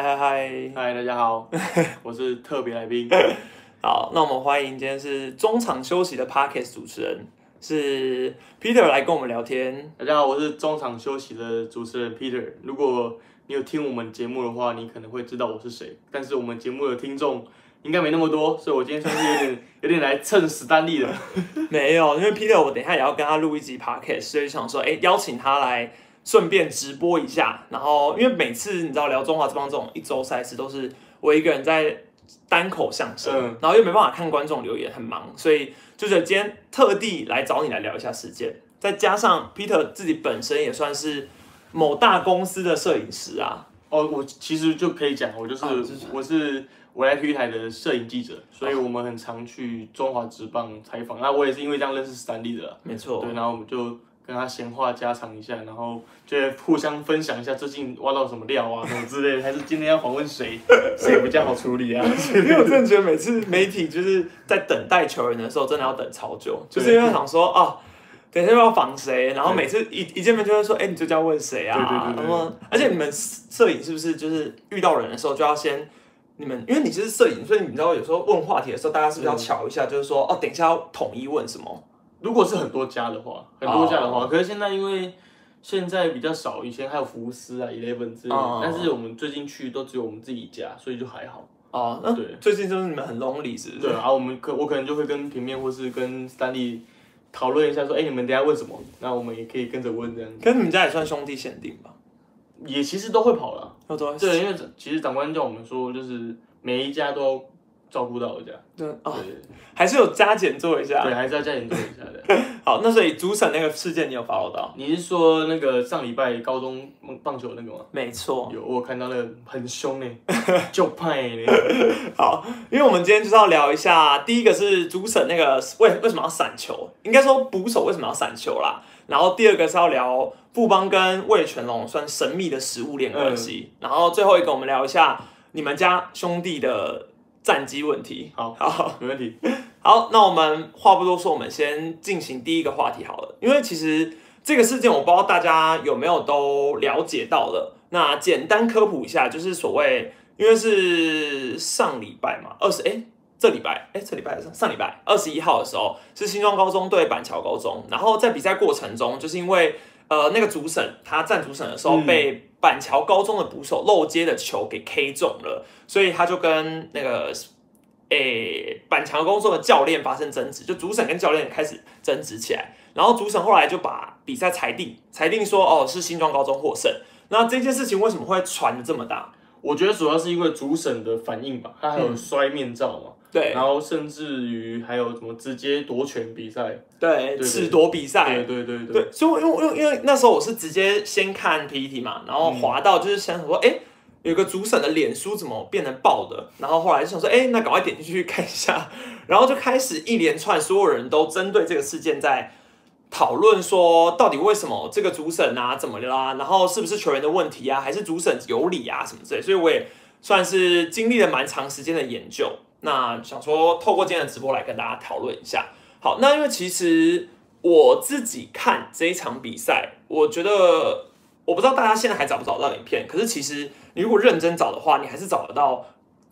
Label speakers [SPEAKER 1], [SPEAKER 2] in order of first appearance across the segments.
[SPEAKER 1] 嗨，
[SPEAKER 2] 嗨，大家 好，我是特别来宾。
[SPEAKER 1] 好，那我们欢迎今天是中场休息的 Parkes 主持人是 Peter 来跟我们聊天。
[SPEAKER 2] 大家好，我是中场休息的主持人 Peter。如果你有听我们节目的话，你可能会知道我是谁。但是我们节目的听众应该没那么多，所以我今天算是 有点有点来蹭史丹利的。
[SPEAKER 1] 没有，因为 Peter 我等一下也要跟他录一集 Parkes，所以想说，哎，邀请他来顺便直播一下。然后，因为每次你知道聊中华之邦这种一周赛事，都是我一个人在单口相声，
[SPEAKER 2] 嗯
[SPEAKER 1] 然后又没办法看观众留言，很忙，所以就是今天特地来找你来聊一下事件。再加上 Peter 自己本身也算是某大公司的摄影师啊，
[SPEAKER 2] 哦，我其实就可以讲，我就是、
[SPEAKER 1] 啊你是啊谁
[SPEAKER 2] 我是我来体育台的摄影记者，所以我们很常去中华职棒采访。那我也是因为这样认识史丹利的啦。
[SPEAKER 1] 没错，
[SPEAKER 2] 对，然后我们就跟他闲话家常一下，然后就互相分享一下最近挖到什么料啊，什么之类的，还是今天要访问谁， 谁比较好处理啊？
[SPEAKER 1] 因为我真的觉得每次媒体就是在等待球员的时候，真的要等超久，就是因为想说哦，等一下又要访谁，然后每次一一见面就会说，哎、你就要问谁啊？
[SPEAKER 2] 对对对对
[SPEAKER 1] 然后，而且你们摄影是不是就是遇到人的时候就要先？你们因为你是摄影，所以你知道有时候问话题的时候，大家是不是要瞧一下，就是说哦，等一下要统一问什么？
[SPEAKER 2] 如果是很多家的话，很多家的
[SPEAKER 1] 哦
[SPEAKER 2] 话，可是现在因为现在比较少，以前还有福斯啊、Eleven 之类
[SPEAKER 1] 哦
[SPEAKER 2] 的，但是我们最近去都只有我们自己家，所以就还好。
[SPEAKER 1] 哦，那
[SPEAKER 2] 嗯对
[SPEAKER 1] 最近就是你们很 lonely 是不是？
[SPEAKER 2] 对，然啊后我们可我可能就会跟平面或是跟 Stanley 讨论一下，说，哎，你们等一下问什么？那我们也可以跟着问这样，
[SPEAKER 1] 可是你们家也算兄弟限定吧？
[SPEAKER 2] 也其实都会跑了。
[SPEAKER 1] 要多少？
[SPEAKER 2] 对，因为其实长官叫我们说，就是每一家都要照顾到一家，
[SPEAKER 1] 对
[SPEAKER 2] 对、
[SPEAKER 1] 哦，还是有加减做一下。
[SPEAKER 2] 对，还是要加点做一下的。
[SPEAKER 1] 好，那所以主审那个事件你有 follow 到？
[SPEAKER 2] 你是说那个上礼拜高中棒棒球那个吗？
[SPEAKER 1] 没错，
[SPEAKER 2] 有，我有看到那个很凶呢，就派呢。
[SPEAKER 1] 好， 因为我们今天就是要聊一下，第一个是主审那个为为什么要闪球，应该说捕手为什么要闪球啦。然后第二个是要聊富邦跟魏全龙算神秘的食物链关系。然后最后一个我们聊一下你们家兄弟的战绩问题。
[SPEAKER 2] 好
[SPEAKER 1] 好
[SPEAKER 2] 没问题。
[SPEAKER 1] 好，那我们话不多说，我们先进行第一个话题好了，因为其实这个事件我不知道大家有没有都了解到了。那简单科普一下，就是所谓，因为是上礼拜嘛，二十哎，这礼拜哎，这礼拜还是上上礼拜二十一号的时候，是新庄高中对板桥高中，然后在比赛过程中，就是因为呃那个主审他站主审的时候
[SPEAKER 2] 嗯
[SPEAKER 1] 被板桥高中的捕手漏接的球给 K 中了，所以他就跟那个诶、板桥工作的教练发生争执，就主审跟教练开始争执起来，然后主审后来就把比赛裁定，裁定说哦是新庄高中获胜。那这件事情为什么会传的这么大？
[SPEAKER 2] 我觉得主要是因为主审的反应吧，他还有摔面罩嘛，
[SPEAKER 1] 嗯对
[SPEAKER 2] 然后甚至于还有什么直接夺权比赛，
[SPEAKER 1] 对，
[SPEAKER 2] 对
[SPEAKER 1] 赤夺比赛
[SPEAKER 2] 对，对对对，
[SPEAKER 1] 对，所以因为因为因为那时候我是直接先看 PPT 嘛，然后滑到就是想说，哎、有个主审的脸书怎么变成爆的？然后后来就想说，哎，那赶快点进去看一下， 然后就开始一连串所有人都针对这个事件在讨论说，到底为什么这个主审啊怎么啦、然后是不是球员的问题啊，还是主审有理啊什么之类？所以我也算是经历了蛮长时间的研究，那想说透过今天的直播来跟大家讨论一下。好，那因为其实我自己看这一场比赛，我觉得我不知道大家现在还找不找得到影片，可是其实你如果认真找的话，你还是找得到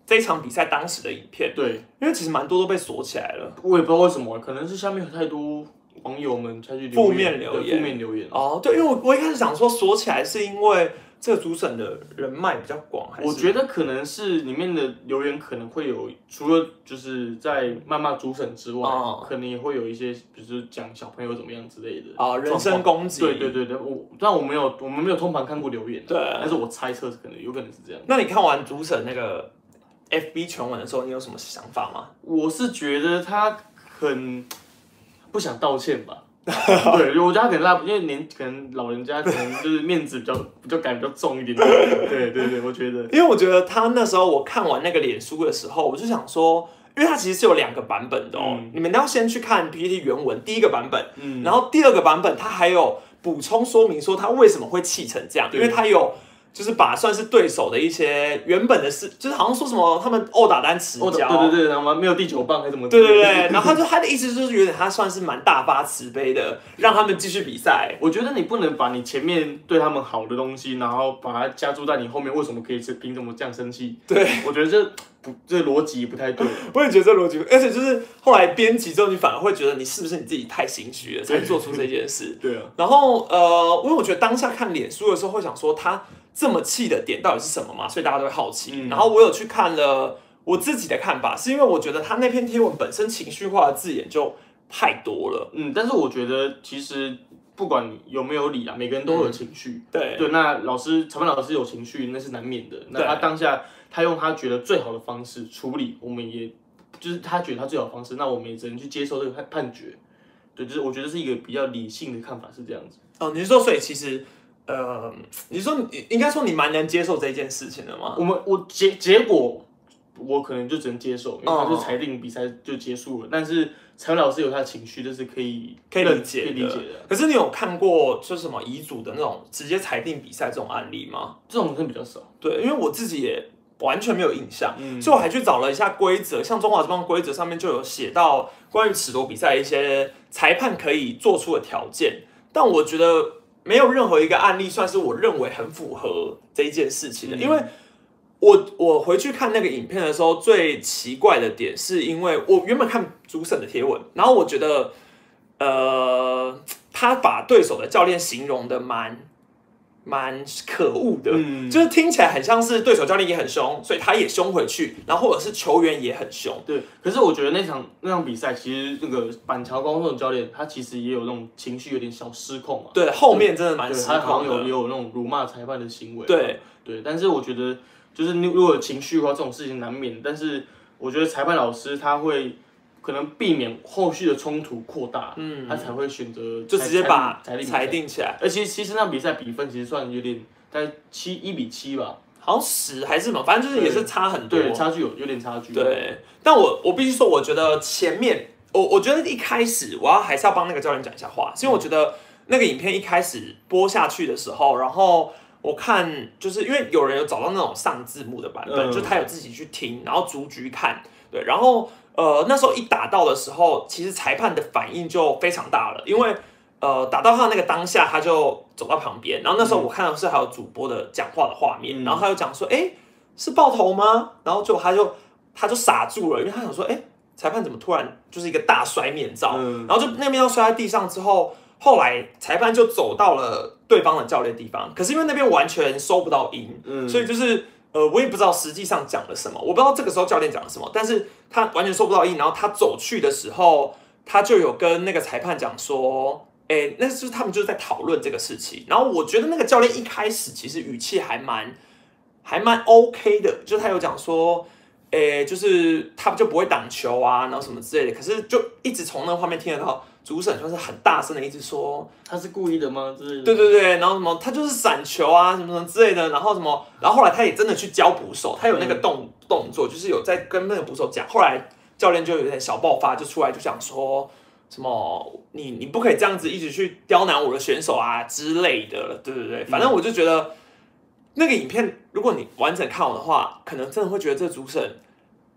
[SPEAKER 1] 这一场比赛当时的影片，
[SPEAKER 2] 对，
[SPEAKER 1] 因为其实蛮多都被锁起来了。
[SPEAKER 2] 我也不知道为什么，啊可能是下面有太多网友们下去留言
[SPEAKER 1] 负面留
[SPEAKER 2] 对
[SPEAKER 1] 言
[SPEAKER 2] 负面留言。
[SPEAKER 1] 哦，对，因为我我一开始想说锁起来是因为这个主审的人脉比较广，还是
[SPEAKER 2] 我觉得可能是里面的留言可能会有，除了就是在谩骂主审之外，
[SPEAKER 1] 哦
[SPEAKER 2] 可能也会有一些，比如说讲小朋友怎么样之类的
[SPEAKER 1] 啊、人身
[SPEAKER 2] 状况
[SPEAKER 1] 攻击，
[SPEAKER 2] 对对对对，我但我没有，我们没有通盘看过留言、啊，
[SPEAKER 1] 对
[SPEAKER 2] 但是我猜测可能有可能是这样。
[SPEAKER 1] 那你看完主审那个 FB 全文的时候，你有什么想法吗？
[SPEAKER 2] 我是觉得他很不想道歉 吧。对，我觉得他可能他因为年可能老人家可能就是面子比较比较感比较重一点点。对对对，我觉 得
[SPEAKER 1] 因为我觉得他那时候我看完那个脸书的时候，我就想说，因为它其实是有两个版本的哦，
[SPEAKER 2] 嗯
[SPEAKER 1] 你们要先去看 PPT 原文第一个版本，
[SPEAKER 2] 嗯
[SPEAKER 1] 然后第二个版本它还有补充说明说它为什么会气成这样，因
[SPEAKER 2] 对
[SPEAKER 1] 为它有就是把算是对手的一些原本的事，就是好像说什么他们殴打单持
[SPEAKER 2] 哦，对
[SPEAKER 1] 交，
[SPEAKER 2] 对对，然后没有地球棒还是怎么？
[SPEAKER 1] 对对对，然后他就他的意思就是有点他算是蛮大发慈悲的，让他们继续比赛。
[SPEAKER 2] 我觉得你不能把你前面对他们好的东西，然后把它加注在你后面为什么可以是凭什么这样生气？
[SPEAKER 1] 对，
[SPEAKER 2] 我觉得这不这逻辑不太对。
[SPEAKER 1] 我也觉得这逻辑，而且就是后来编辑之后，你反而会觉得你是不是你自己太心虚了，才做出这件事。
[SPEAKER 2] 对啊，
[SPEAKER 1] 然后呃，因为我觉得当下看脸书的时候，会想说他这么气的点到底是什么嘛，所以大家都会好奇。
[SPEAKER 2] 嗯
[SPEAKER 1] 然后我有去看了我自己的看法，是因为我觉得他那篇贴文本身情绪化的字眼就太多了。
[SPEAKER 2] 嗯，但是我觉得其实不管你有没有理啊，每个人都有情绪。
[SPEAKER 1] 嗯对，
[SPEAKER 2] 对，那老师裁判老师有情绪，那是难免的。那
[SPEAKER 1] 对
[SPEAKER 2] 他当下他用他觉得最好的方式处理，我们也就是他觉得他最好的方式，那我们也只能去接受这个判判决。对，就是我觉得是一个比较理性的看法是这样子。
[SPEAKER 1] 哦，你是说，所以其实呃，你说你应该说你蛮能接受这件事情的吗？
[SPEAKER 2] 我们我结结果，我可能就只能接受，因为他
[SPEAKER 1] 哦
[SPEAKER 2] 就裁定比赛就结束了。但是裁判老师有他的情绪，这是可以
[SPEAKER 1] 可以
[SPEAKER 2] 认
[SPEAKER 1] 理解
[SPEAKER 2] 可
[SPEAKER 1] 的
[SPEAKER 2] 以理解的。
[SPEAKER 1] 可是你有看过就是什么遗嘱的那种直接裁定比赛这种案例吗？
[SPEAKER 2] 这种真的比较少。
[SPEAKER 1] 对，因为我自己也完全没有印象。
[SPEAKER 2] 嗯
[SPEAKER 1] 所以我还去找了一下规则，像中华这帮规则上面就有写到关于尺夺比赛一些裁判可以做出的条件，但我觉得没有任何一个案例算是我认为很符合这一件事情的，
[SPEAKER 2] 嗯
[SPEAKER 1] 因为我我回去看那个影片的时候，最奇怪的点是因为我原本看主审的贴文，然后我觉得，呃，他把对手的教练形容的蛮蛮可恶的，
[SPEAKER 2] 嗯
[SPEAKER 1] 就是听起来很像是对手教练也很凶，所以他也凶回去，然后或者是球员也很凶。
[SPEAKER 2] 对，可是我觉得那场那场比赛，其实那个板桥高中的教练，他其实也有那种情绪有点小失控嘛，
[SPEAKER 1] 对，后面真的蛮
[SPEAKER 2] 对，
[SPEAKER 1] 失
[SPEAKER 2] 他好
[SPEAKER 1] 控
[SPEAKER 2] 像有也
[SPEAKER 1] 的。
[SPEAKER 2] 有那种辱骂裁判的行为。
[SPEAKER 1] 对
[SPEAKER 2] 对，但是我觉得就是你如果有情绪的话，这种事情难免。但是我觉得裁判老师他会可能避免后续的冲突扩大，
[SPEAKER 1] 嗯
[SPEAKER 2] 他才会选择
[SPEAKER 1] 就直接把裁
[SPEAKER 2] 裁定比赛。
[SPEAKER 1] 定起来，
[SPEAKER 2] 而其实其实那比赛比分其实算有点在七一比七吧，
[SPEAKER 1] 好像十还是什么，反正就是也是差很多。
[SPEAKER 2] 对，差距有有点差距。
[SPEAKER 1] 对，但我我必须说，我觉得前面我我觉得一开始我要还是要帮那个教练讲一下话，是因为我觉得那个影片一开始播下去的时候，然后我看就是因为有人有找到那种上字幕的版本，
[SPEAKER 2] 嗯
[SPEAKER 1] 就他有自己去听，然后逐局看，对，然后呃那时候一打到的时候，其实裁判的反应就非常大了，因为。呃，打到他那个当下，他就走到旁边，然后那时候我看到是还有主播的讲话的画面，
[SPEAKER 2] 嗯
[SPEAKER 1] 然后他就讲说，哎、是爆头吗？然后就他就他就傻住了，因为他想说，哎、裁判怎么突然就是一个大摔面罩？
[SPEAKER 2] 嗯
[SPEAKER 1] 然后就那面罩摔在地上之后，后来裁判就走到了对方的教练地方，可是因为那边完全收不到音，
[SPEAKER 2] 嗯
[SPEAKER 1] 所以就是呃，我也不知道实际上讲了什么，我不知道这个时候教练讲了什么，但是他完全收不到音，然后他走去的时候，他就有跟那个裁判讲说。哎、那就是他们就是在讨论这个事情。然后我觉得那个教练一开始其实语气还蛮还蛮 OK 的，就是他有讲说，诶、就是他就不会挡球啊，然后什么之类的。可是就一直从那个画面听得到，主审就是很大声的一直说，
[SPEAKER 2] 他是故意的吗？就是
[SPEAKER 1] 对对对，然后什么他就是闪球啊，什么什么之类的，然后什么，然后后来他也真的去教捕手，他有
[SPEAKER 2] 嗯
[SPEAKER 1] 那个动、动作，就是有在跟那个捕手讲。后来教练就有点小爆发，就出来就想说。什么？你你不可以这样子一直去刁难我的选手啊之类的，对对对。反
[SPEAKER 2] 嗯
[SPEAKER 1] 正我就觉得，那个影片，如果你完整看完的话，可能真的会觉得这主审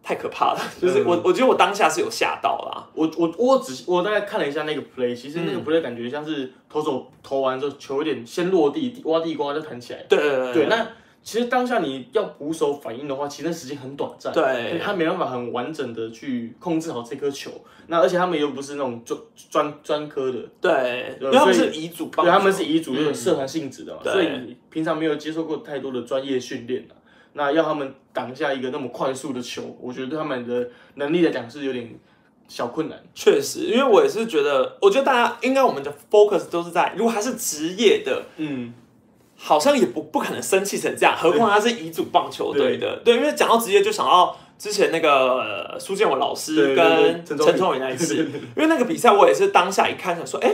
[SPEAKER 1] 太可怕了。就是
[SPEAKER 2] 嗯
[SPEAKER 1] 我，我觉得我当下是有吓到啦。
[SPEAKER 2] 我我我仔细我大概看了一下那个 play，其实那个
[SPEAKER 1] 嗯
[SPEAKER 2] play 感觉像是投手投完之后球有点先落地，地挖地瓜就弹起来。
[SPEAKER 1] 对对
[SPEAKER 2] 对，那其实当下你要捕手反应的话，其实那时间很短暂，
[SPEAKER 1] 对
[SPEAKER 2] 他没办法很完整的去控制好这颗球。那而且他们又不是那种专专专科的，
[SPEAKER 1] 对，因
[SPEAKER 2] 对
[SPEAKER 1] 为他们
[SPEAKER 2] 所
[SPEAKER 1] 是
[SPEAKER 2] 以
[SPEAKER 1] 遗嘱棒
[SPEAKER 2] 对，
[SPEAKER 1] 球，
[SPEAKER 2] 他们是遗嘱有点
[SPEAKER 1] 嗯
[SPEAKER 2] 社团性质的嘛，
[SPEAKER 1] 对
[SPEAKER 2] 所以平常没有接受过太多的专业训练啊。那要他们挡下一个那么快速的球，我觉得对他们的能力来讲是有点小困难。
[SPEAKER 1] 确实，因为我也是觉得，我觉得大家应该我们的 focus 都是在，如果他是职业的，
[SPEAKER 2] 嗯，
[SPEAKER 1] 好像也不不可能生气成这样，何况他是乙组棒球队的。对，因为讲到职业，就想到之前那个呃苏建文老师
[SPEAKER 2] 对对
[SPEAKER 1] 跟
[SPEAKER 2] 对
[SPEAKER 1] 陈崇
[SPEAKER 2] 陈忠
[SPEAKER 1] 宇
[SPEAKER 2] 宇
[SPEAKER 1] 那一次，因为那个比赛，我也是当下一看想说，哎、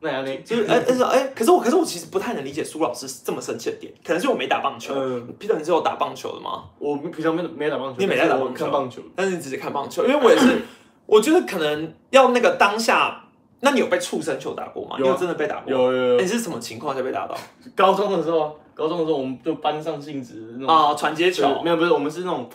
[SPEAKER 2] 那杨林
[SPEAKER 1] 就是 哎，但是哎，可是我可是我其实不太能理解苏老师这么生气的点，可能是我没打棒球。
[SPEAKER 2] 嗯，
[SPEAKER 1] Peter，你是有打棒球的吗？
[SPEAKER 2] 我平常没没打棒球，
[SPEAKER 1] 你没在打棒球
[SPEAKER 2] 但是我看棒球。
[SPEAKER 1] 但是你只是看棒球，因为我也是，我觉得可能要那个当下那你有被触身球打过吗？
[SPEAKER 2] 有
[SPEAKER 1] 你
[SPEAKER 2] 啊
[SPEAKER 1] 有真的被打过？
[SPEAKER 2] 有有
[SPEAKER 1] 哎。
[SPEAKER 2] 有，
[SPEAKER 1] 你是什么情况下被打到？
[SPEAKER 2] 高中的时候，高中的时候我们就班上性质那种
[SPEAKER 1] 啊，传接球
[SPEAKER 2] 对没有不是，我们是那种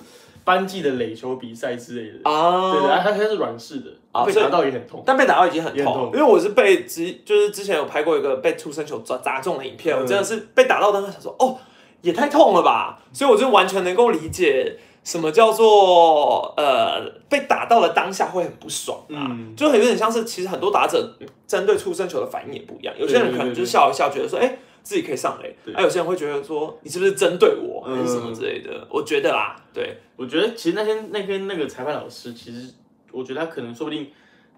[SPEAKER 2] 班级的垒球比赛之类的。对对，
[SPEAKER 1] 啊，
[SPEAKER 2] 啊它它是软式的，
[SPEAKER 1] 啊
[SPEAKER 2] 被
[SPEAKER 1] 所以
[SPEAKER 2] 打到也很痛。
[SPEAKER 1] 但被打到已经很
[SPEAKER 2] 也很痛
[SPEAKER 1] 痛，因为我是被之就是之前有拍过一个被触身球砸砸中的影片，
[SPEAKER 2] 嗯
[SPEAKER 1] 我真的是被打到当时想说，哦，也太痛了吧，所以我就完全能够理解什么叫做呃被打到了当下会很不爽啊，
[SPEAKER 2] 嗯，
[SPEAKER 1] 就很有点像是其实很多打者针对触身球的反应也不一样，有些
[SPEAKER 2] 对
[SPEAKER 1] 人
[SPEAKER 2] 对
[SPEAKER 1] 可能
[SPEAKER 2] 对
[SPEAKER 1] 就
[SPEAKER 2] 对
[SPEAKER 1] 笑一笑，觉得说，哎。自己可以上垒，
[SPEAKER 2] 对
[SPEAKER 1] 而、有些人会觉得说你是不是针对我，还是什么
[SPEAKER 2] 嗯
[SPEAKER 1] 之类的。我觉得啦，对，
[SPEAKER 2] 我觉得其实那天那天那个裁判老师，其实我觉得他可能说不定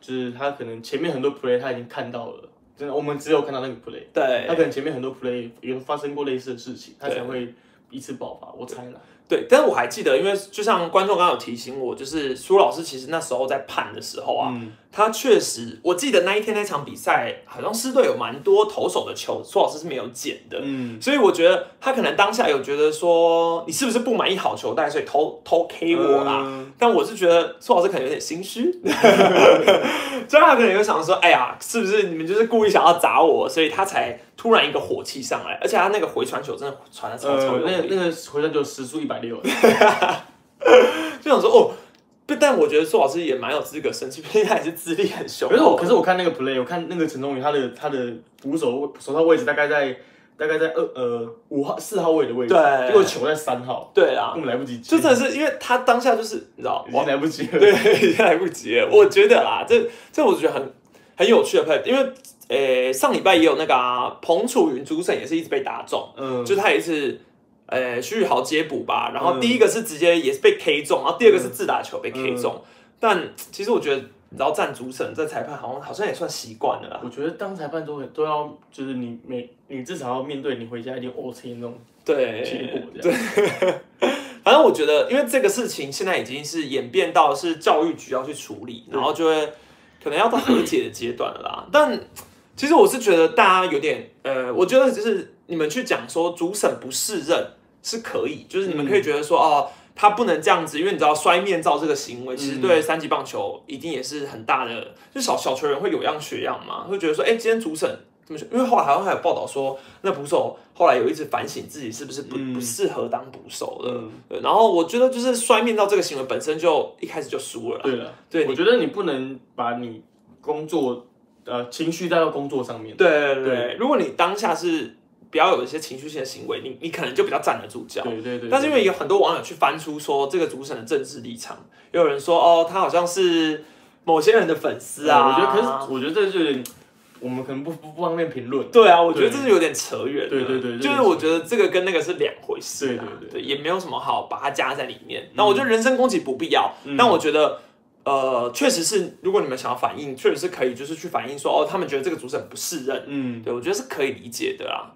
[SPEAKER 2] 就是他可能前面很多 play 他已经看到了，真的我们只有看到那个 play，
[SPEAKER 1] 对，
[SPEAKER 2] 他可能前面很多 play 有发生过类似的事情，他
[SPEAKER 1] 对
[SPEAKER 2] 才会一次爆发。我猜啦，
[SPEAKER 1] 对，但是我还记得，因为就像观众刚刚有提醒我，就是苏老师其实那时候在判的时候啊，
[SPEAKER 2] 嗯，
[SPEAKER 1] 他确实，我记得那一天那场比赛，好像师队有蛮多投手的球，苏老师是没有捡的，
[SPEAKER 2] 嗯，
[SPEAKER 1] 所以我觉得他可能当下有觉得说，你是不是不满意好球带，所以偷偷 K 我啊啦、
[SPEAKER 2] 嗯
[SPEAKER 1] 但我是觉得苏老师可能有点心虚，所以他可能有想说，哎呀，是不是你们就是故意想要砸我，所以他才突然一个火气上来，而且他那个回传球真的传的超
[SPEAKER 2] 呃
[SPEAKER 1] 超用力、
[SPEAKER 2] 那个那个回传球时速一百六，
[SPEAKER 1] 就想说哦，不但我觉得苏老师也蛮有资格生气，毕竟他也是资历很雄厚。
[SPEAKER 2] 可是我，可是我看那个 play，我看那个陈忠宇他的他的捕手位手套位置大概在大概在二呃五号四号位的位置，
[SPEAKER 1] 对
[SPEAKER 2] 结果球在三号，
[SPEAKER 1] 对啊
[SPEAKER 2] 根，本来不及接，
[SPEAKER 1] 就真的是因为他当下就是你知道
[SPEAKER 2] 已，经
[SPEAKER 1] 我
[SPEAKER 2] 来不及了。
[SPEAKER 1] 对，已经来不及了。我觉得啦，这这我觉得很很有趣的 play，因为呃上礼拜也有那个啊，彭楚云主审也是一直被打中，
[SPEAKER 2] 嗯，
[SPEAKER 1] 就他也是。呃，徐宇豪接捕吧，然后
[SPEAKER 2] 嗯
[SPEAKER 1] 第一个是直接也是被 K 中，然后第二个是自打球被 K 中，但其实我觉得，你知道站主审在裁判好像好像也算习惯了啦，
[SPEAKER 2] 我觉得当裁判都很都要，就是你每你至少要面对你回家一定 OT 那种
[SPEAKER 1] 对，
[SPEAKER 2] 结果这样。
[SPEAKER 1] 反正我觉得，因为这个事情现在已经是演变到是教育局要去处理，
[SPEAKER 2] 对
[SPEAKER 1] 然后就会可能要到和解的阶段了啦。但其实我是觉得大家有点呃，我觉得就是你们去讲说主审不适任是可以，就是你们
[SPEAKER 2] 嗯
[SPEAKER 1] 可以觉得说、哦，他不能这样子，因为你知道摔面罩这个行为，其实
[SPEAKER 2] 嗯
[SPEAKER 1] 对三级棒球一定也是很大的，就小小球员会有样学样嘛，会觉得说，哎、今天主审怎么学？因为后来好像还有报道说，那捕手后来有一直反省自己是不是不、
[SPEAKER 2] 嗯
[SPEAKER 1] 不适合当捕手了。
[SPEAKER 2] 嗯，
[SPEAKER 1] 对，然后我觉得就是摔面罩这个行为本身就一开始就输了啦。
[SPEAKER 2] 对了，
[SPEAKER 1] 对
[SPEAKER 2] 我觉得你不能把你工作呃情绪带到工作上面。
[SPEAKER 1] 对对对
[SPEAKER 2] 对
[SPEAKER 1] 如果你当下是比较有一些情绪性的行为，你你可能就比较站得住脚。
[SPEAKER 2] 对对对，
[SPEAKER 1] 但是因为有很多网友去翻出说这个主审的政治立场，也有人说哦，他好像是某些人的粉丝啊。
[SPEAKER 2] 哦我觉得，可是我觉得这就有点，我们可能不不不方便评论。
[SPEAKER 1] 对啊，我觉得
[SPEAKER 2] 对
[SPEAKER 1] 这是有点扯远了。
[SPEAKER 2] 对对对
[SPEAKER 1] 就是我觉得这个跟那个是两回事、啊。
[SPEAKER 2] 对
[SPEAKER 1] 对
[SPEAKER 2] 对
[SPEAKER 1] 也没有什么好把它加在里面。那我觉得人身攻击不必要，
[SPEAKER 2] 嗯
[SPEAKER 1] 但我觉得。呃，确实是，如果你们想要反映，确实是可以，就是去反映说，哦，他们觉得这个主审不适任，
[SPEAKER 2] 嗯，
[SPEAKER 1] 对我觉得是可以理解的啦。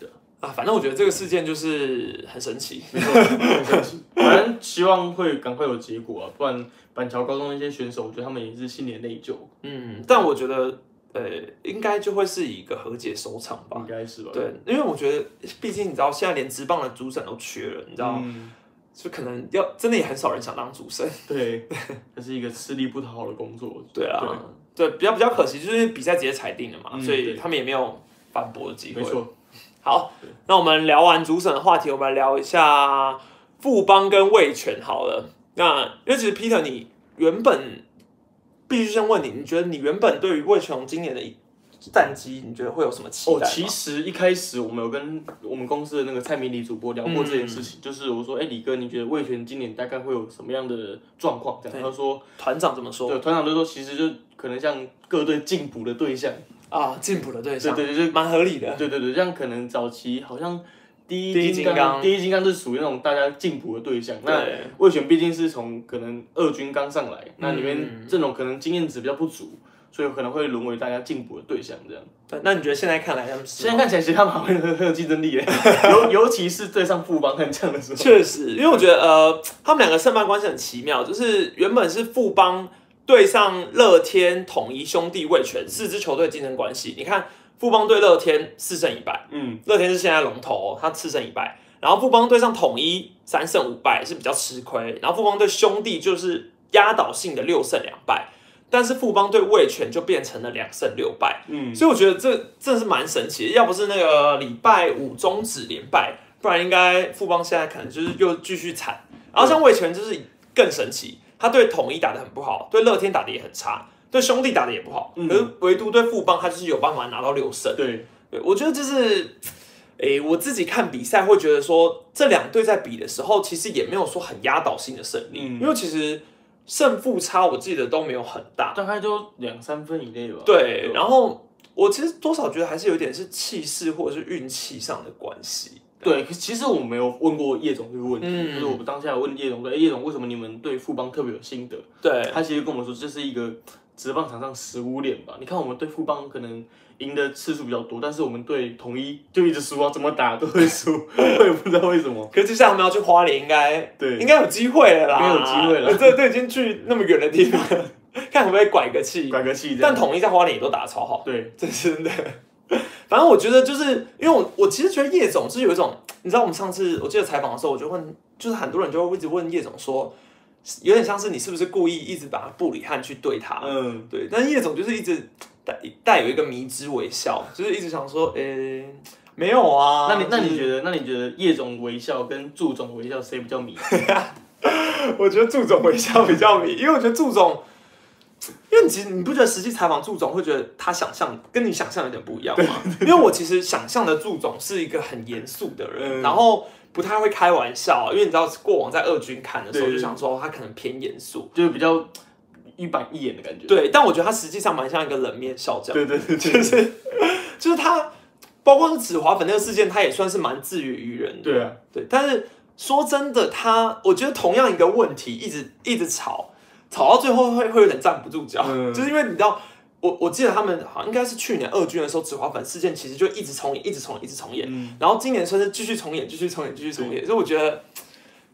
[SPEAKER 1] 对啊，反正我觉得这个事件就是很神奇。
[SPEAKER 2] 没错，很神奇反正希望会赶快有结果啊，不然板桥高中那些选手，我觉得他们也是心里内疚，
[SPEAKER 1] 嗯，但我觉得，呃，应该就会是一个和解收场吧。
[SPEAKER 2] 应该是吧？
[SPEAKER 1] 对，因为我觉得，毕竟你知道，现在连职棒的主审都缺了，你知道，
[SPEAKER 2] 嗯，
[SPEAKER 1] 就可能要真的也很少人想当主审。
[SPEAKER 2] 对，这是一个吃力不讨好的工作。
[SPEAKER 1] 对啊，对，比较比较可惜，就是比赛直接裁定了嘛，
[SPEAKER 2] 嗯
[SPEAKER 1] 所
[SPEAKER 2] 对
[SPEAKER 1] 以他们也没有反驳的机
[SPEAKER 2] 没
[SPEAKER 1] 会。
[SPEAKER 2] 错，
[SPEAKER 1] 好
[SPEAKER 2] 对，
[SPEAKER 1] 那我们聊完主审的话题，我们来聊一下富邦跟魏权好了。那因为其实 Peter，你原本必须先问你，你觉得你原本对于魏权今年的战绩，你觉得会有什么期待啊
[SPEAKER 2] 哦，
[SPEAKER 1] 吗？
[SPEAKER 2] 其实一开始我们有跟我们公司的那个蔡明理主播聊过这件事
[SPEAKER 1] 嗯
[SPEAKER 2] 情，就是我说，哎、李哥，你觉得魏权今年大概会有什么样的状况？这样，他说，
[SPEAKER 1] 团长怎么说
[SPEAKER 2] 对，团长就说，其实就可能像各队进补的对象，
[SPEAKER 1] 啊？进步的对
[SPEAKER 2] 对
[SPEAKER 1] 象，
[SPEAKER 2] 对对，就
[SPEAKER 1] 蛮合理的。
[SPEAKER 2] 对对对，这样可能早期好像第
[SPEAKER 1] 第一
[SPEAKER 2] 一
[SPEAKER 1] 金
[SPEAKER 2] 金
[SPEAKER 1] 刚
[SPEAKER 2] 刚，第一金刚是属于那种大家进补的对象。那
[SPEAKER 1] 对，
[SPEAKER 2] 魏权毕竟是从可能二军刚上来，那里
[SPEAKER 1] 嗯
[SPEAKER 2] 面这种可能经验值比较不足，所以可能会沦为大家进补的对象。这样，
[SPEAKER 1] 对那你觉得现在看来他们是
[SPEAKER 2] 现在看起来其实他们还会很很有竞争力耶，尤尤其是对上富邦悍将的时候。
[SPEAKER 1] 确实，因为我觉得呃，他们两个胜败关系很奇妙，就是原本是富邦对上乐天、统一兄弟、味全四支球队竞争关系。你看富邦对乐天四胜一败，
[SPEAKER 2] 嗯，
[SPEAKER 1] 乐天是现在龙头、哦，他四胜一败。然后富邦对上统一三胜五败是比较吃亏，然后富邦对兄弟就是压倒性的六胜两败。但是富邦对味全就变成了两胜六败，
[SPEAKER 2] 嗯，
[SPEAKER 1] 所以我觉得这真的是蛮神奇的。要不是那个礼拜五终止连败，不然应该富邦现在可能就是又继续惨。然后像魏权就是更神奇，他对统一打得很不好，对乐天打得也很差，对兄弟打得也不好，
[SPEAKER 2] 嗯
[SPEAKER 1] 可是唯独对富邦他就是有办法拿到六胜。
[SPEAKER 2] 对，
[SPEAKER 1] 对，我觉得就是， 诶，我自己看比赛会觉得说，这两队在比的时候，其实也没有说很压倒性的胜利，
[SPEAKER 2] 嗯
[SPEAKER 1] 因为其实胜负差我记得都没有很大。
[SPEAKER 2] 大概就两三分以内吧。
[SPEAKER 1] 对，
[SPEAKER 2] 后
[SPEAKER 1] 然后我其实多少觉得还是有点是气势或者是运气上的关系。
[SPEAKER 2] 对，可其实我没有问过叶总这个问题，
[SPEAKER 1] 嗯
[SPEAKER 2] 就是我当下有问叶总说，哎，叶总为什么你们对富邦特别有心得？
[SPEAKER 1] 对，
[SPEAKER 2] 他其实跟我们说，这是一个职棒场上食物链吧。你看我们对富邦可能赢的次数比较多，但是我们对统一就一直输啊，怎么打都会输， 我也不知道为什么。
[SPEAKER 1] 可是接下来他们要去花莲，应该
[SPEAKER 2] 对
[SPEAKER 1] 应该有机会了啦，呃
[SPEAKER 2] 应该有机会了
[SPEAKER 1] 这都已经去那么远的地方，看可不可以拐个气。
[SPEAKER 2] 拐个气这
[SPEAKER 1] 但
[SPEAKER 2] 样。
[SPEAKER 1] 统一在花莲也都打得超好，
[SPEAKER 2] 对，
[SPEAKER 1] 这是真的。反正我觉得就是因为我我其实觉得叶总是有一种，你知道我们上次我记得采访的时候，我就问，就是很多人就会一直问叶总说，有点像是你是不是故意一直把布里汉去对他，
[SPEAKER 2] 嗯，
[SPEAKER 1] 对，但是叶总就是一直带带有一个迷之微笑，就是一直想说，呃、没有啊。
[SPEAKER 2] 那你那你
[SPEAKER 1] 就是
[SPEAKER 2] 觉得那你觉得叶总微笑跟祝总微笑谁比较迷？
[SPEAKER 1] 我觉得祝总微笑比较迷，因为我觉得祝总，因为你其实你不觉得实际采访祝总会觉得他想象跟你想象有点不一样吗？因为我其实想象的祝总是一个很严肃的人，
[SPEAKER 2] 嗯
[SPEAKER 1] 然后不太会开玩笑，啊因为你知道过往在二军看的时候
[SPEAKER 2] 对
[SPEAKER 1] 就想说他可能偏严肃，
[SPEAKER 2] 就是比较一板一眼的感觉。
[SPEAKER 1] 对，但我觉得他实际上蛮像一个冷面笑匠。
[SPEAKER 2] 对对对对
[SPEAKER 1] 就是就是他，包括是紫华粉那个事件，他也算是蛮自娱于人的。
[SPEAKER 2] 对啊，
[SPEAKER 1] 对，但是说真的，他我觉得同样一个问题，一直一直吵，吵到最后会会有点站不住脚，
[SPEAKER 2] 嗯
[SPEAKER 1] 就是因为你知道。我我记得他们好像应该是去年二军的时候，紫华粉事件其实就一直重演，一直重演，一直重演。
[SPEAKER 2] 嗯，
[SPEAKER 1] 然后今年算是继续重演，继续重演，继续重演。所以我觉得，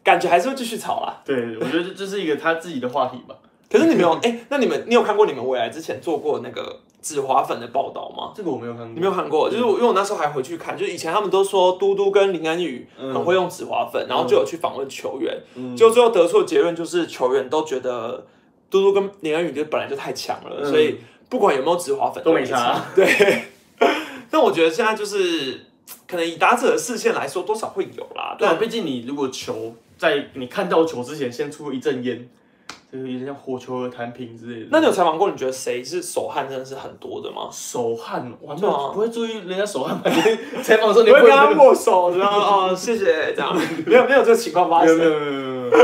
[SPEAKER 1] 感觉还是会继续吵啦。
[SPEAKER 2] 对，我觉得这这是一个他自己的话题吧。
[SPEAKER 1] 可是你们 有哎、那你们你有看过你们未来之前做过那个紫华粉的报道吗？
[SPEAKER 2] 这个我没有看
[SPEAKER 1] 你没有看过，
[SPEAKER 2] 嗯
[SPEAKER 1] 就是我因为我那时候还回去看，就是以前他们都说嘟嘟跟林安宇
[SPEAKER 2] 嗯
[SPEAKER 1] 很会用紫花粉，然后就有去访问球员，
[SPEAKER 2] 嗯
[SPEAKER 1] 就最后得出的结论就是球员都觉得嘟嘟跟林安宇就本来就太强了，
[SPEAKER 2] 嗯
[SPEAKER 1] 所以不管有没有紫花粉
[SPEAKER 2] 都没
[SPEAKER 1] 没
[SPEAKER 2] 差。
[SPEAKER 1] 对，但我觉得现在就是可能以打者的视线来说，多少会有啦。
[SPEAKER 2] 对啊，
[SPEAKER 1] 但
[SPEAKER 2] 毕竟你如果球在你看到球之前先出一阵烟，就是有点像火球和弹屏之类的。
[SPEAKER 1] 那你有采访过，你觉得谁是手汗真的是很多的吗？
[SPEAKER 2] 手汗，我还没
[SPEAKER 1] 对啊
[SPEAKER 2] 有不会注意人家手汗 吧？采访的时候
[SPEAKER 1] 我
[SPEAKER 2] 你
[SPEAKER 1] 会
[SPEAKER 2] 会
[SPEAKER 1] 跟他握手，然后哦谢谢 这样，没有没有这个情况发
[SPEAKER 2] 没有
[SPEAKER 1] 生
[SPEAKER 2] 没。有没有没有没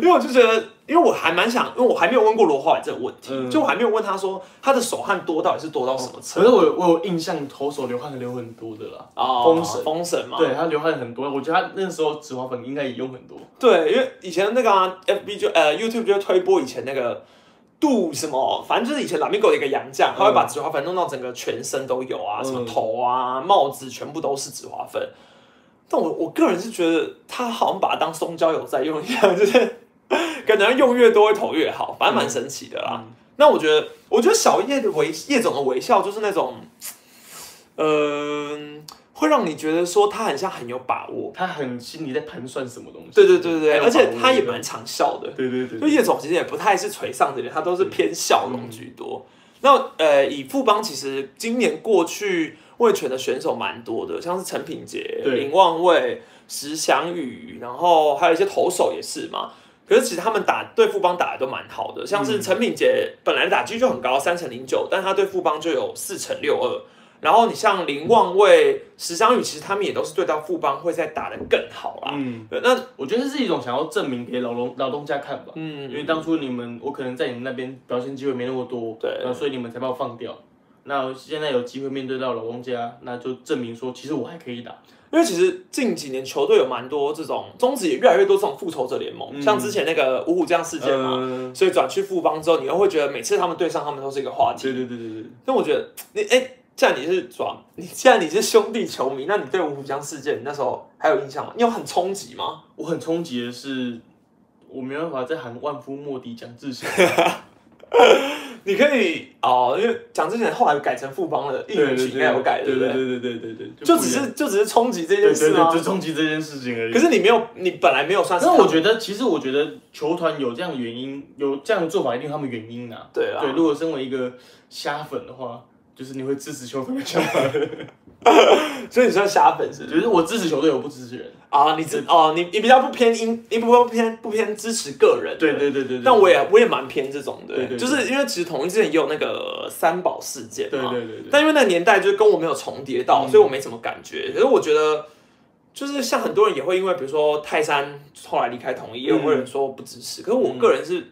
[SPEAKER 1] 因为我就觉得，因为我还蛮想，因为我还没有问过罗浩伟这个问题，
[SPEAKER 2] 嗯
[SPEAKER 1] 就我还没有问他说他的手汗多到底是多到什么
[SPEAKER 2] 可
[SPEAKER 1] 程
[SPEAKER 2] 是
[SPEAKER 1] 度
[SPEAKER 2] 我有我有印象，投手流汗流很多的啦。
[SPEAKER 1] 啊
[SPEAKER 2] 封哦神
[SPEAKER 1] 封神嘛，
[SPEAKER 2] 对他流汗很多，我觉得他那时候紫花粉应该也用很多。
[SPEAKER 1] 对，因为以前那个、啊、FB 就呃 YouTube 就推播以前那个杜什么，反正就是以前拉米狗的一个洋将，他会把紫花粉弄到整个全身都有啊，
[SPEAKER 2] 嗯
[SPEAKER 1] 什么头啊、帽子全部都是紫花粉。但我我个人是觉得他好像把它当松胶油在用一样，就是 感觉用越多会头越好，反正蛮神奇的啦。
[SPEAKER 2] 嗯
[SPEAKER 1] 那我觉得，我觉得小叶的微叶总的微笑就是那种，嗯、会让你觉得说他很像很有把握。
[SPEAKER 2] 他很心里在盘算什么东西。
[SPEAKER 1] 对对对对，
[SPEAKER 2] 还有
[SPEAKER 1] 而且他也
[SPEAKER 2] 把握
[SPEAKER 1] 蛮常笑的。
[SPEAKER 2] 对对对嗯
[SPEAKER 1] 就
[SPEAKER 2] 对，
[SPEAKER 1] 叶总其实也不太是垂丧的人，他都是偏笑容居多。那呃，以富邦其实今年过去卫权的选手蛮多的，像是陈品杰、
[SPEAKER 2] 对
[SPEAKER 1] 林望卫、石祥宇，然后还有一些投手也是嘛。可是其实他们打对富邦打的都蛮好的，像
[SPEAKER 2] 嗯
[SPEAKER 1] 是陈品杰本来打击就很高，三乘零九，但他对富邦就有四乘六二。然后你像林望卫、石祥宇，其实他们也都是对到富邦会再打得更好啦。
[SPEAKER 2] 嗯，
[SPEAKER 1] 对，那
[SPEAKER 2] 我觉得这是一种想要证明给老东老东家看吧。
[SPEAKER 1] 嗯
[SPEAKER 2] 因，为当初你们，我可能在你们那边表现机会没那么多，
[SPEAKER 1] 对
[SPEAKER 2] 然后所以你们才把我放掉。那现在有机会面对到老公家，那就证明说，其实我还可以打。
[SPEAKER 1] 因为其实近几年球队有蛮多这种，中职也越来越多这种复仇者联盟，
[SPEAKER 2] 嗯
[SPEAKER 1] 像之前那个五虎将事件嘛，
[SPEAKER 2] 嗯
[SPEAKER 1] 所以转去富邦之后，你又会觉得每次他们对上他们都是一个话题。
[SPEAKER 2] 对对对对对，
[SPEAKER 1] 但我觉得你哎、既然你是转，你既然你是兄弟球迷，那你对五虎将事件你那时候还有印象吗？你有很冲击吗？
[SPEAKER 2] 我很冲击的是，我没办法再喊万夫莫敌蒋志贤，
[SPEAKER 1] 你可以哦，因为讲之前后来改成富邦了，应援曲应该有改，
[SPEAKER 2] 对
[SPEAKER 1] 不
[SPEAKER 2] 对
[SPEAKER 1] 对？
[SPEAKER 2] 对对对对对，
[SPEAKER 1] 就
[SPEAKER 2] 不
[SPEAKER 1] 只
[SPEAKER 2] 一样
[SPEAKER 1] 是就只是冲击这
[SPEAKER 2] 对
[SPEAKER 1] 件
[SPEAKER 2] 对
[SPEAKER 1] 事
[SPEAKER 2] 对，
[SPEAKER 1] 啊
[SPEAKER 2] 就。冲击这件事情而已。
[SPEAKER 1] 可是你没有，你本来没有算是啊
[SPEAKER 2] 那
[SPEAKER 1] 抗。
[SPEAKER 2] 我觉得，其实我觉得球团有这样的原因，有这样的做法，一定有他们原因啊。
[SPEAKER 1] 对啊
[SPEAKER 2] 对，如果身为一个虾粉的话，就是你会支持球队的想法，
[SPEAKER 1] 所以你算瞎粉是不
[SPEAKER 2] 就是是我支持球队，我不支持人。
[SPEAKER 1] 啊？你只哦，你你比较不偏因，你不偏不偏支持个人。
[SPEAKER 2] 对对对对对。
[SPEAKER 1] 但我也我也蛮偏这种的，
[SPEAKER 2] 对对对
[SPEAKER 1] 就是因为其实统一之前也有那个三宝事件
[SPEAKER 2] 对
[SPEAKER 1] 嘛，
[SPEAKER 2] 对对对。
[SPEAKER 1] 但因为那个年代就是跟我没有重叠到，
[SPEAKER 2] 嗯
[SPEAKER 1] 所以我没什么感觉。可是我觉得，就是像很多人也会因为比如说泰山后来离开统一，也有
[SPEAKER 2] 嗯
[SPEAKER 1] 人说不支持，可是我个人是、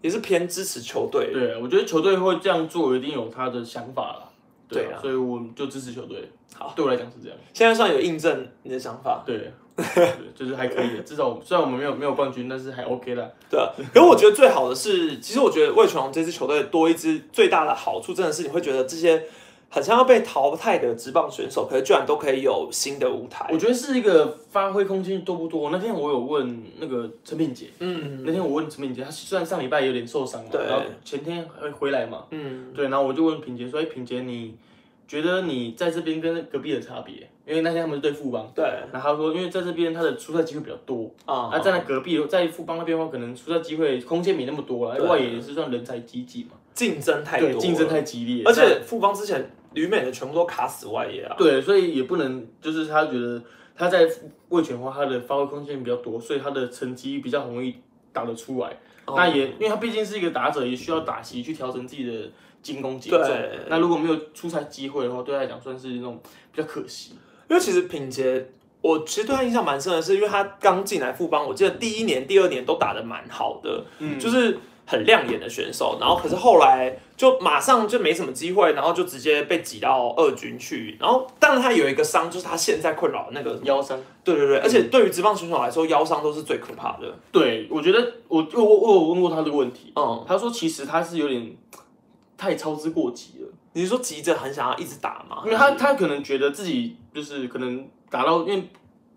[SPEAKER 1] 也是偏支持球队的。
[SPEAKER 2] 对，我觉得球队会这样做，一定有他的想法啦。
[SPEAKER 1] 对啊，
[SPEAKER 2] 啊所以我就支持球队。
[SPEAKER 1] 好，
[SPEAKER 2] 对我来讲是这样。
[SPEAKER 1] 现在算有印证你的想法，
[SPEAKER 2] 对，对就是还可以的，至少我们虽然我们没有没有冠军，但是还 OK 啦。
[SPEAKER 1] 对啊。可是我觉得最好的是，其实我觉得魏全龙这支球队多一支最大的好处，真的是你会觉得这些很像要被淘汰的职棒选手，可是居然都可以有新的舞台
[SPEAKER 2] 我。觉得是一个发挥空间多不多。那天我有问那个陈品杰，
[SPEAKER 1] 嗯
[SPEAKER 2] 那天我问陈品杰，他虽然上礼拜有点受伤嘛，啊
[SPEAKER 1] 对
[SPEAKER 2] 然后前天会回来嘛，
[SPEAKER 1] 嗯，
[SPEAKER 2] 对，然后我就问品杰说：“哎、品杰，你觉得你在这边跟隔壁的差别？因为那天他们对富邦，
[SPEAKER 1] 对
[SPEAKER 2] 然后他说，因为在这边他的出赛机会比较多，
[SPEAKER 1] 啊
[SPEAKER 2] 啊，站在隔壁在富邦那边的话，可能出赛机会空间没那么多了，
[SPEAKER 1] 对
[SPEAKER 2] 外野也是算人才济济嘛，
[SPEAKER 1] 竞争太多
[SPEAKER 2] 对，啊
[SPEAKER 1] 了，
[SPEAKER 2] 竞争太激烈，
[SPEAKER 1] 而且富邦之前旅美的全部都卡死外野啊，
[SPEAKER 2] 对，所以也不能就是他觉得他在卫权的话，他的发挥空间比较多，所以他的成绩比较容易打得出来。
[SPEAKER 1] 哦
[SPEAKER 2] 那也因为他毕竟是一个打者，也需要打席去调整自己的进攻节奏
[SPEAKER 1] 对。
[SPEAKER 2] 那如果没有出赛机会的话，对他来讲算是那种比较可惜。
[SPEAKER 1] 因为其实品杰，我其实对他印象蛮深的是，因为他刚进来富邦，我记得第一年、第二年都打得蛮好的，
[SPEAKER 2] 嗯
[SPEAKER 1] 就是很亮眼的选手。然后可是后来就马上就没什么机会，然后就直接被挤到二军去。然后当然他有一个伤，就是他现在困扰的那个，
[SPEAKER 2] 腰伤，
[SPEAKER 1] 对对对，而且对于职棒选手来说，腰伤都是最可怕的。
[SPEAKER 2] 对我觉得我我我我有问过他这个问题，
[SPEAKER 1] 嗯，
[SPEAKER 2] 他说其实他是有点太操之过急了。
[SPEAKER 1] 你是说急着很想要一直打吗？哦
[SPEAKER 2] 因为他他可能觉得自己就是可能打到，因为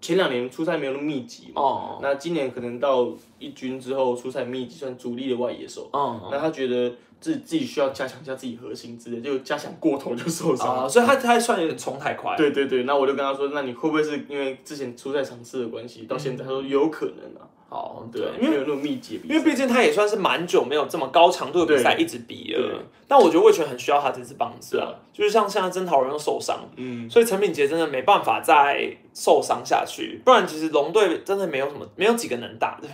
[SPEAKER 2] 前两年出赛没有那么密集嘛，
[SPEAKER 1] 哦，
[SPEAKER 2] 那今年可能到一军之后出赛密集，算主力的外野手，
[SPEAKER 1] 嗯。
[SPEAKER 2] 那他觉得自己自己需要加强一下自己核心之类，就加强过头就受伤。
[SPEAKER 1] 啊、所以他他算有点冲太快，
[SPEAKER 2] 对对对，那我就跟他说，那你会不会是因为之前出赛场次的关系，到现在？他说有可能啊，
[SPEAKER 1] 哦，
[SPEAKER 2] 对，
[SPEAKER 1] 因为
[SPEAKER 2] 没有那么密集的比
[SPEAKER 1] 因为
[SPEAKER 2] 赛。
[SPEAKER 1] 毕竟他也算是蛮久没有这么高强度的比赛一直比了。但我觉得魏权很需要他这支棒子啊，就是像现在曾陶仁又受伤，
[SPEAKER 2] 嗯，
[SPEAKER 1] 所以陈品杰真的没办法再受伤下去，不然其实龙队真的没有什么没有几个能打的。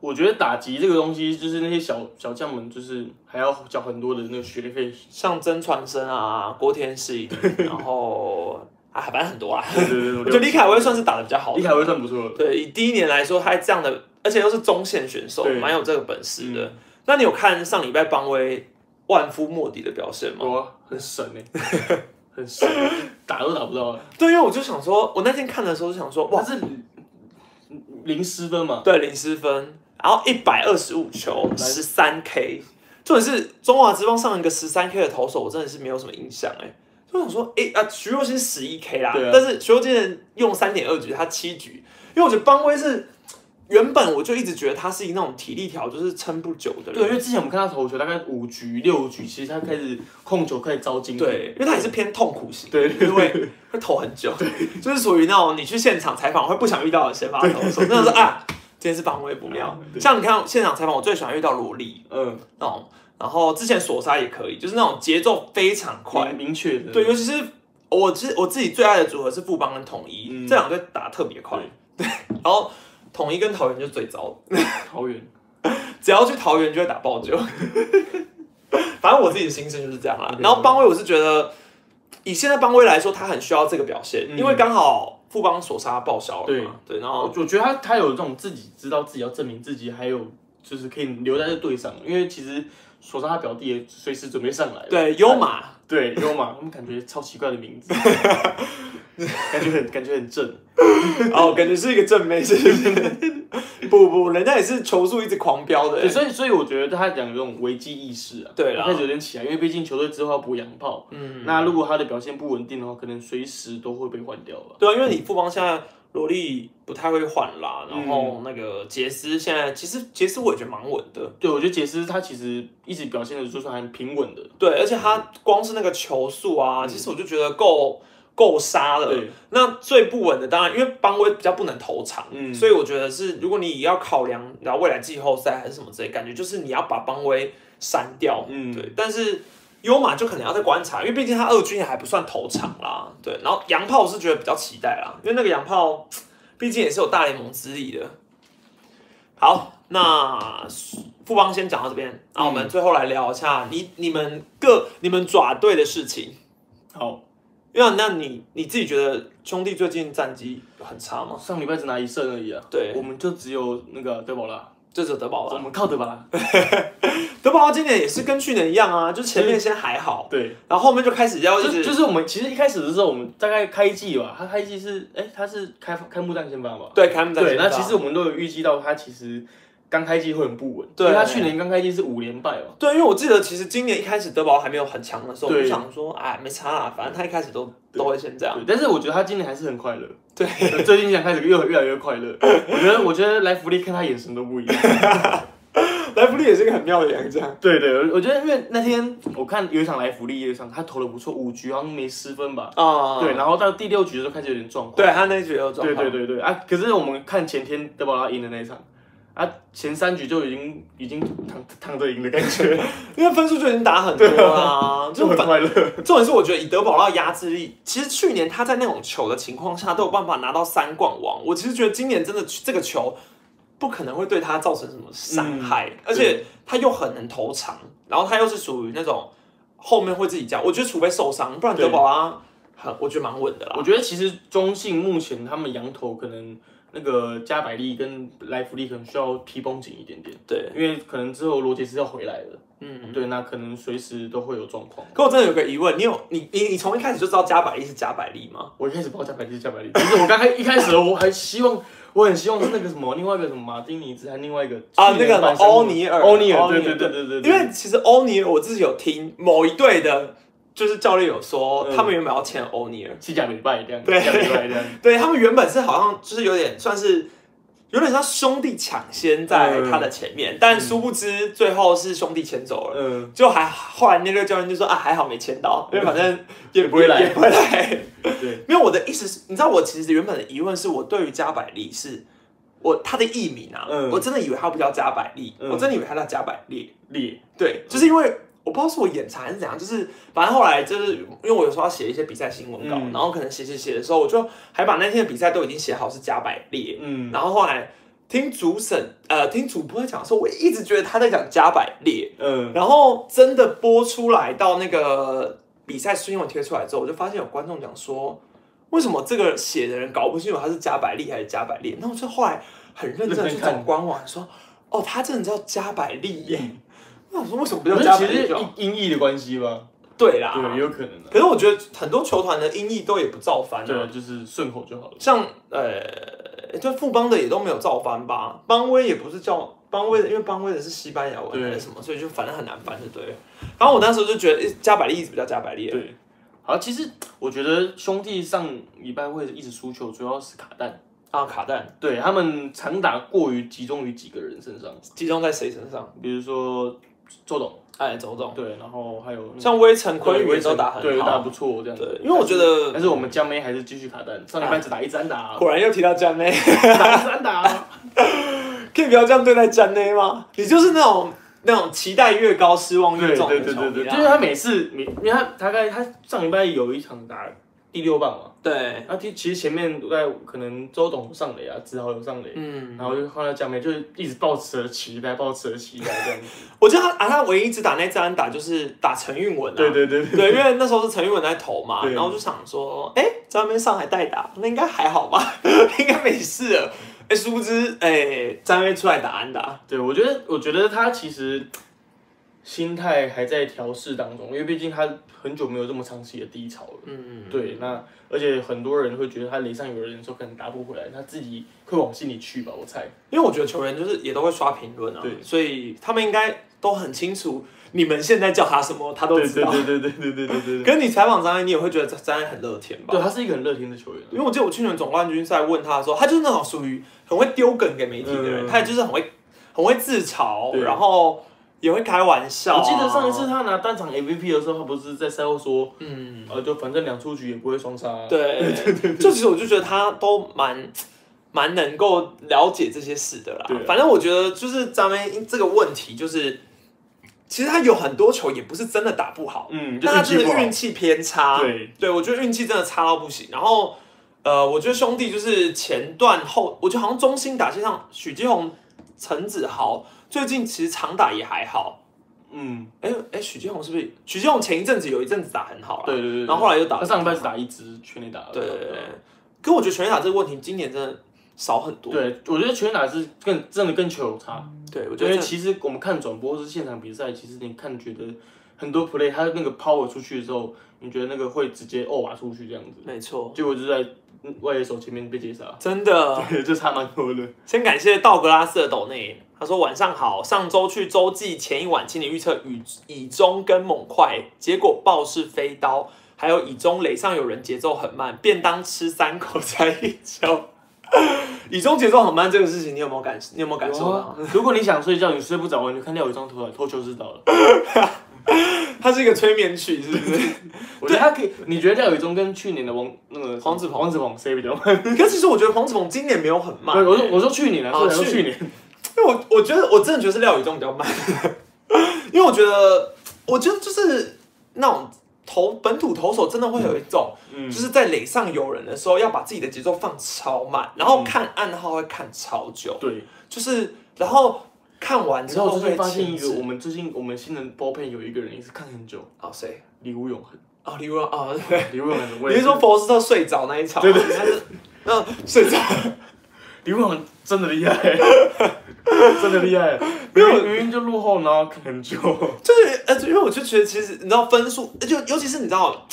[SPEAKER 2] 我觉得打击这个东西，就是那些小小将们，就是还要缴很多的那个学 费。
[SPEAKER 1] 像曾传生啊、郭天 信，然后啊，反正很多啊。
[SPEAKER 2] 对对对，
[SPEAKER 1] 我觉得李凯威算是打的比较好
[SPEAKER 2] 李
[SPEAKER 1] 的，
[SPEAKER 2] 凯威算不错了。
[SPEAKER 1] 对，以第一年来说，他这样的，而且又是中线选手，
[SPEAKER 2] 对嗯
[SPEAKER 1] 蛮有这个本事的。那你有看上礼拜邦威万夫莫敌的表现吗？
[SPEAKER 2] 哇，很神哎、很神，打都打不到、欸。
[SPEAKER 1] 对，因为我就想说，我那天看的时候就想说，
[SPEAKER 2] 但
[SPEAKER 1] 哇，
[SPEAKER 2] 是零失分嘛，
[SPEAKER 1] 对，零失分，然后一百二十五球，十三 K，重点是中华之邦上一个十三 K 的投手，我真的是没有什么印象哎、就想说，哎、啊，徐若瑄十一 K 啦，
[SPEAKER 2] 对啊
[SPEAKER 1] 但是徐若瑄用三点二局，他七局，因为我觉得邦威是原本我就一直觉得他是一那种体力条就是撑不久的人，
[SPEAKER 2] 对，因为之前我们看他投球，大概五局六局，其实他开始控球，开始招金。
[SPEAKER 1] 对，因为他也是偏痛苦型，
[SPEAKER 2] 对
[SPEAKER 1] 因为会投很久，就是属于那种你去现场采访会不想遇到的先发投手，那种是啊，今天是防卫不妙。
[SPEAKER 2] 啊对
[SPEAKER 1] 像你看现场采访，我最喜欢遇到罗莉
[SPEAKER 2] 嗯，
[SPEAKER 1] 那种，然后之前索沙也可以，就是那种节奏非常快
[SPEAKER 2] 明，明确的。
[SPEAKER 1] 对，尤其是我之我自己最爱的组合是富邦跟统一，
[SPEAKER 2] 嗯
[SPEAKER 1] 这两队打得特别快， 对，然后统一跟桃园就最糟，
[SPEAKER 2] 桃园，
[SPEAKER 1] 只要去桃园就会打爆酒。 反正我自己的心声就是这样啦。
[SPEAKER 2] OK，
[SPEAKER 1] 然后邦威，我是觉得以现在邦威来说，他很需要这个表现，
[SPEAKER 2] 嗯
[SPEAKER 1] 因为刚好富邦索杀报销了
[SPEAKER 2] 对
[SPEAKER 1] 嘛。对，然
[SPEAKER 2] 我
[SPEAKER 1] 后
[SPEAKER 2] 我觉得他他有这种自己知道自己要证明自己，还有就是可以留在这队上，因为其实索上他表弟也随时准备上来了。
[SPEAKER 1] 对优马，
[SPEAKER 2] 对，优马，他们感觉超奇怪的名字，感觉很感觉很正。
[SPEAKER 1] 哦，感觉是一个正妹，是不是？ 不不，人家也是球速一直狂飙的
[SPEAKER 2] 对，。所以所以我觉得他讲这种危机意识啊，
[SPEAKER 1] 对啦
[SPEAKER 2] 开始有点起来，因为毕竟球队之后要补洋炮，
[SPEAKER 1] 嗯，
[SPEAKER 2] 那如果他的表现不稳定的话，可能随时都会被换掉了。
[SPEAKER 1] 对啊，因为你富邦现在罗莉不太会换啦，然后
[SPEAKER 2] 嗯
[SPEAKER 1] 那个杰斯现在其实杰斯我也觉得蛮稳的，
[SPEAKER 2] 对，我觉得杰斯他其实一直表现的就是还平稳的，
[SPEAKER 1] 对，而且他光是那个球速啊，其实我就觉得够够杀了。
[SPEAKER 2] 对，
[SPEAKER 1] 那最不稳的当然，因为邦威比较不能投长，
[SPEAKER 2] 嗯
[SPEAKER 1] 所以我觉得是，如果你要考量然后未来季后赛还是什么之类，感觉就是你要把邦威删掉，
[SPEAKER 2] 嗯
[SPEAKER 1] 对。但是优马就可能要再观察，因为毕竟他二军也还不算投长啦，对。然后洋炮我是觉得比较期待啦，因为那个洋炮毕竟也是有大联盟资历的。好，那富邦先讲到这边，那我
[SPEAKER 2] 嗯
[SPEAKER 1] 们最后来聊一下你你们各你们爪队的事情。
[SPEAKER 2] 好，
[SPEAKER 1] 因为那你你自己觉得兄弟最近战绩很差吗？
[SPEAKER 2] 上礼拜只拿一胜而已啊，
[SPEAKER 1] 对
[SPEAKER 2] 我们就只有那个德保拉，
[SPEAKER 1] 就只有德 保
[SPEAKER 2] 我
[SPEAKER 1] 拉，
[SPEAKER 2] 们靠德保拉，
[SPEAKER 1] 德保拉今年也是跟去年一样啊，就前面先还好，
[SPEAKER 2] 对，
[SPEAKER 1] 然后后面就开始要一
[SPEAKER 2] 就
[SPEAKER 1] 直
[SPEAKER 2] 就是我们其实一开始的时候，我们大概开季吧，他开季是哎、他是开开幕战先发吧，
[SPEAKER 1] 对开幕战
[SPEAKER 2] 对，
[SPEAKER 1] 先发。
[SPEAKER 2] 那其实我们都有预计到他其实刚开季会很不稳，
[SPEAKER 1] 对
[SPEAKER 2] 因为他去年刚开季是五连败哦，
[SPEAKER 1] 对，因为我记得其实今年一开始德保拉还没有很强的时候，我
[SPEAKER 2] 对
[SPEAKER 1] 就想说，哎，没差啦，反正他一开始都都会先这样。
[SPEAKER 2] 对，但是我觉得他今年还是很快乐，
[SPEAKER 1] 对，
[SPEAKER 2] 最近想开始越越来越快乐，我觉得我觉得莱弗利看他眼神都不 一样。
[SPEAKER 1] 莱弗利也是一个很妙的洋将，
[SPEAKER 2] 对对，我我觉得因为那天我看有一场来福利，有一场他投的不错，五局好像没失分吧。
[SPEAKER 1] 啊，
[SPEAKER 2] 对，然后到第六局的时候开始有点状况。
[SPEAKER 1] 对他那一局也有状
[SPEAKER 2] 对
[SPEAKER 1] 况，
[SPEAKER 2] 对对对啊！可是我们看前天德保拉赢的那一场，啊，前三局就已经已经躺躺着赢的感觉，
[SPEAKER 1] 因为分数就已经打很多啦，
[SPEAKER 2] 就
[SPEAKER 1] 就
[SPEAKER 2] 很
[SPEAKER 1] 反
[SPEAKER 2] 快乐。
[SPEAKER 1] 重点是，我觉得以德保拉压制力，其实去年他在那种球的情况下都有办法拿到三冠王。我其实觉得今年真的这个球不可能会对他造成什么伤害，
[SPEAKER 2] 嗯
[SPEAKER 1] 而且他又很能投长，然后他又是属于那种后面会自己加。我觉得除非受伤，不然
[SPEAKER 2] 对
[SPEAKER 1] 德保拉很我觉得蛮稳的啦
[SPEAKER 2] 我。觉得其实中信目前他们羊头可能那个加百利跟莱福利可能需要提绷紧一点点，
[SPEAKER 1] 对，
[SPEAKER 2] 因为可能之后罗杰斯要回来了，
[SPEAKER 1] 嗯。
[SPEAKER 2] 对，那可能随时都会有状况。
[SPEAKER 1] 可我真的有个疑问，你有你你你从一开始就知道加百利是加百利吗？
[SPEAKER 2] 我一开始报加百利，加百利。 其实我刚开一开始我还希望，我很希望是那个什么，另外一个什么马丁尼兹，还另外一个
[SPEAKER 1] 啊，
[SPEAKER 2] 去
[SPEAKER 1] 那
[SPEAKER 2] 年
[SPEAKER 1] 个什么
[SPEAKER 2] 晚上
[SPEAKER 1] 欧尼尔，
[SPEAKER 2] 欧尼尔，
[SPEAKER 1] 欧
[SPEAKER 2] 对
[SPEAKER 1] 尼
[SPEAKER 2] 对对对对对。
[SPEAKER 1] 因为其实欧尼尔我自己有听某一队的，就是教练有说，
[SPEAKER 2] 嗯
[SPEAKER 1] 他们原本要签欧尼尔，
[SPEAKER 2] 七甲礼 拜这样，
[SPEAKER 1] 对
[SPEAKER 2] 七甲礼拜这样。
[SPEAKER 1] 对他们原本是好像就是有点算是有点像兄弟抢先在他的前面，但殊不知最后是兄弟先走了。
[SPEAKER 2] 嗯，
[SPEAKER 1] 就还后来那个教练就说啊，还好没签到，因为反正也
[SPEAKER 2] 嗯不会来
[SPEAKER 1] 也不会来。
[SPEAKER 2] 对，
[SPEAKER 1] 因为我的意思是，你知道我其实原本的疑问是我对于加百利是，我他的艺名啊，
[SPEAKER 2] 嗯
[SPEAKER 1] 我真的以为他不叫加百利，
[SPEAKER 2] 嗯
[SPEAKER 1] 我真的以为他叫加百列。
[SPEAKER 2] 列，
[SPEAKER 1] 对，就是因为我不知道是我眼馋还是怎样，就是反正后来就是因为我有时候要写一些比赛新闻稿，
[SPEAKER 2] 嗯
[SPEAKER 1] 然后可能写写写的时候，我就还把那天的比赛都已经写好是加百列，
[SPEAKER 2] 嗯，
[SPEAKER 1] 然后后来听主审呃听主播讲的时候，我一直觉得他在讲加百列，
[SPEAKER 2] 嗯，
[SPEAKER 1] 然后真的播出来到那个比赛新闻贴出来之后，我就发现有观众讲说。为什么这个写的人搞不清楚他是加百利还是加百列？那我就后来很认真的去
[SPEAKER 2] 认真看
[SPEAKER 1] 找官网说，哦，他真的叫加百利耶。那我说为什么不
[SPEAKER 2] 嗯我
[SPEAKER 1] 叫加百
[SPEAKER 2] 觉得其
[SPEAKER 1] 利
[SPEAKER 2] 实
[SPEAKER 1] 就好？
[SPEAKER 2] 是音译的关系吧，啊
[SPEAKER 1] 对啦，
[SPEAKER 2] 对，有可能的。
[SPEAKER 1] 可是我觉得很多球团的音译都也不造反
[SPEAKER 2] 对，
[SPEAKER 1] 啊，
[SPEAKER 2] 就是顺口就好了。
[SPEAKER 1] 像呃，就富邦的也都没有造反吧，邦威也不是叫邦威的，因为邦威的是西班牙文
[SPEAKER 2] 对
[SPEAKER 1] 还是什么，所以就反正很难翻，就对了。然后我那时候就觉得诶加百利一直不叫加百利，
[SPEAKER 2] 对，好，其实我觉得兄弟上礼拜会一直输球，主要是卡蛋，
[SPEAKER 1] 啊，卡蛋
[SPEAKER 2] 对他们长打过于集中于几个人身上，
[SPEAKER 1] 集中在谁身上？
[SPEAKER 2] 比如说周董。
[SPEAKER 1] 哎，周总，
[SPEAKER 2] 对，然后还有
[SPEAKER 1] 嗯像威城、昆宇也都打
[SPEAKER 2] 对
[SPEAKER 1] 很
[SPEAKER 2] 打
[SPEAKER 1] 好，
[SPEAKER 2] 不错这样。
[SPEAKER 1] 对，因为我觉得
[SPEAKER 2] 但是我们江妹还是继续卡单，上礼拜只打一 单打，啊
[SPEAKER 1] 果然又提到詹内，
[SPEAKER 2] 打一 单打。啊
[SPEAKER 1] 可以不要这样对待詹内吗？你就是那种那种期待越高，失望越
[SPEAKER 2] 对
[SPEAKER 1] 重
[SPEAKER 2] 对
[SPEAKER 1] 的
[SPEAKER 2] 对
[SPEAKER 1] 球
[SPEAKER 2] 对对，
[SPEAKER 1] 迷
[SPEAKER 2] 就
[SPEAKER 1] 啊
[SPEAKER 2] 是他每次每，因为他大概他上礼拜有一场打第六棒嘛，
[SPEAKER 1] 啊对，
[SPEAKER 2] 那哎啊其其实前面在可能周董上垒啊，子豪有上垒，
[SPEAKER 1] 嗯。
[SPEAKER 2] 然后就换到江妹，就是一直抱持着期待，抱持着期待这样子。
[SPEAKER 1] 我觉得他啊，他唯一只打那支安打就是打陈韵文啊。
[SPEAKER 2] 对对对，
[SPEAKER 1] 对因为那时候是陈韵文在投嘛，
[SPEAKER 2] 对
[SPEAKER 1] 然后就想说，哎、在那边上海代打，那应该还好吧， 应该没事了。哎、殊不知，哎、张威出来打安打，
[SPEAKER 2] 对，我觉得我觉得他其实心态还在调试当中，因为毕竟他很久没有这么长期的低潮了。
[SPEAKER 1] 嗯，
[SPEAKER 2] 对，那而且很多人会觉得他雷上有人的时候可能打不回来，他自己会往心里去吧，我猜。
[SPEAKER 1] 因为我觉得球员就是也都会刷评论啊，
[SPEAKER 2] 对
[SPEAKER 1] 所以他们应该都很清楚你们现在叫他什么，他都
[SPEAKER 2] 对
[SPEAKER 1] 知
[SPEAKER 2] 对
[SPEAKER 1] 道。
[SPEAKER 2] 对对对对对对 对对，
[SPEAKER 1] 跟你采访张安，你也会觉得张安很乐天吧？
[SPEAKER 2] 对，他是一个很乐天的球员啊。
[SPEAKER 1] 因为我记得我去年总冠军赛问他的时候，他就是那种属于很会丢梗给媒体的人，
[SPEAKER 2] 嗯
[SPEAKER 1] 他也就是很会很会自嘲，
[SPEAKER 2] 对
[SPEAKER 1] 然后也会开玩笑、啊
[SPEAKER 2] 我记得上一次，他拿单场 MVP 的时候，他不是在赛后说，
[SPEAKER 1] 嗯，
[SPEAKER 2] 呃，就反正两出局也不会双杀啊。
[SPEAKER 1] 对对 对，就其实我就觉得他都蛮蛮能够了解这些事的啦
[SPEAKER 2] 对啊。
[SPEAKER 1] 反正我觉得就是咱们这个问题，就是其实他有很多球也不是真的打不好，
[SPEAKER 2] 嗯，就
[SPEAKER 1] 那他
[SPEAKER 2] 运气
[SPEAKER 1] 真的
[SPEAKER 2] 不
[SPEAKER 1] 运
[SPEAKER 2] 好。
[SPEAKER 1] 气偏差。
[SPEAKER 2] 对，
[SPEAKER 1] 对，我觉得运气真的差到不行。然后，呃，我觉得兄弟就是前段后，我觉得好像中心打线上，许继宏、陈子豪最近其实长打也还好。
[SPEAKER 2] 嗯，
[SPEAKER 1] 哎哎，许继宏是不是？许继宏前一阵子有一阵子打很好了，
[SPEAKER 2] 对对对。
[SPEAKER 1] 然后后来又打
[SPEAKER 2] 他上礼拜只打一支全垒打而已。
[SPEAKER 1] 对对对对。可我觉得全垒打这个问题今年真的少很多。
[SPEAKER 2] 对，我觉得全垒打是更真的跟球有差。
[SPEAKER 1] 对，我
[SPEAKER 2] 我
[SPEAKER 1] 觉
[SPEAKER 2] 觉
[SPEAKER 1] 得真
[SPEAKER 2] 得
[SPEAKER 1] 的
[SPEAKER 2] 其实我们看转播或是现场比赛，其实你看觉得很多 play 他那个 power 出去的时候，你觉得那个会直接哦啊出去这样子，啊
[SPEAKER 1] 没错，
[SPEAKER 2] 结果就在外野手前面被截杀，
[SPEAKER 1] 真的。
[SPEAKER 2] 对， 就差蛮多的。
[SPEAKER 1] 先感谢道格拉斯的抖内，他说晚上好，上周去洲际前一晚，请你预测雨以中跟猛快，结果爆是飞刀，还有以中垒上有人节奏很慢，便当吃三口才一 球。以中节奏很慢这个事情，你有没有感你有没有感受到？
[SPEAKER 2] 有啊如果你想睡觉，你睡不着，你就看廖宇章投来投球知道了。
[SPEAKER 1] 它是一个催眠曲，是不是？
[SPEAKER 2] 我觉得他可以，你觉得廖宇中跟去年的王那个
[SPEAKER 1] 黄子鹏
[SPEAKER 2] 黄子鹏谁比较慢？
[SPEAKER 1] 可其实我觉得黄子鹏今年没有很慢、
[SPEAKER 2] 对，我说我说去年啊，
[SPEAKER 1] 哦
[SPEAKER 2] 所以我说
[SPEAKER 1] 去
[SPEAKER 2] 去年，
[SPEAKER 1] 因为我我觉得我真的觉得是廖宇中比较慢， 因为我觉得我觉得就是那种投本土投手真的会有一种。
[SPEAKER 2] 嗯
[SPEAKER 1] 就是在垒上有人的时候，要把自己的节奏放超慢，然
[SPEAKER 2] 嗯
[SPEAKER 1] 后看暗号会看超久，
[SPEAKER 2] 对。
[SPEAKER 1] 就是然后看完
[SPEAKER 2] 你
[SPEAKER 1] 之
[SPEAKER 2] 知道
[SPEAKER 1] 后
[SPEAKER 2] 我最
[SPEAKER 1] 会
[SPEAKER 2] 近发现一个，我
[SPEAKER 1] 停止
[SPEAKER 2] 们最近我们新人包配有一个人也是看很久，
[SPEAKER 1] 哦谁
[SPEAKER 2] 李吴永恒，
[SPEAKER 1] 哦李文哦对，
[SPEAKER 2] 李吴永恒，我
[SPEAKER 1] 你
[SPEAKER 2] 也
[SPEAKER 1] 是
[SPEAKER 2] 是
[SPEAKER 1] 说博斯特睡着那一场？对对对，那嗯睡着，
[SPEAKER 2] 李梦涵真的厉害， 真的厉害，
[SPEAKER 1] 没
[SPEAKER 2] 没
[SPEAKER 1] 有
[SPEAKER 2] 有明明就落后，然后看 很久。
[SPEAKER 1] 就是呃，因为我就觉得其实你知道分数，就尤其是你知道，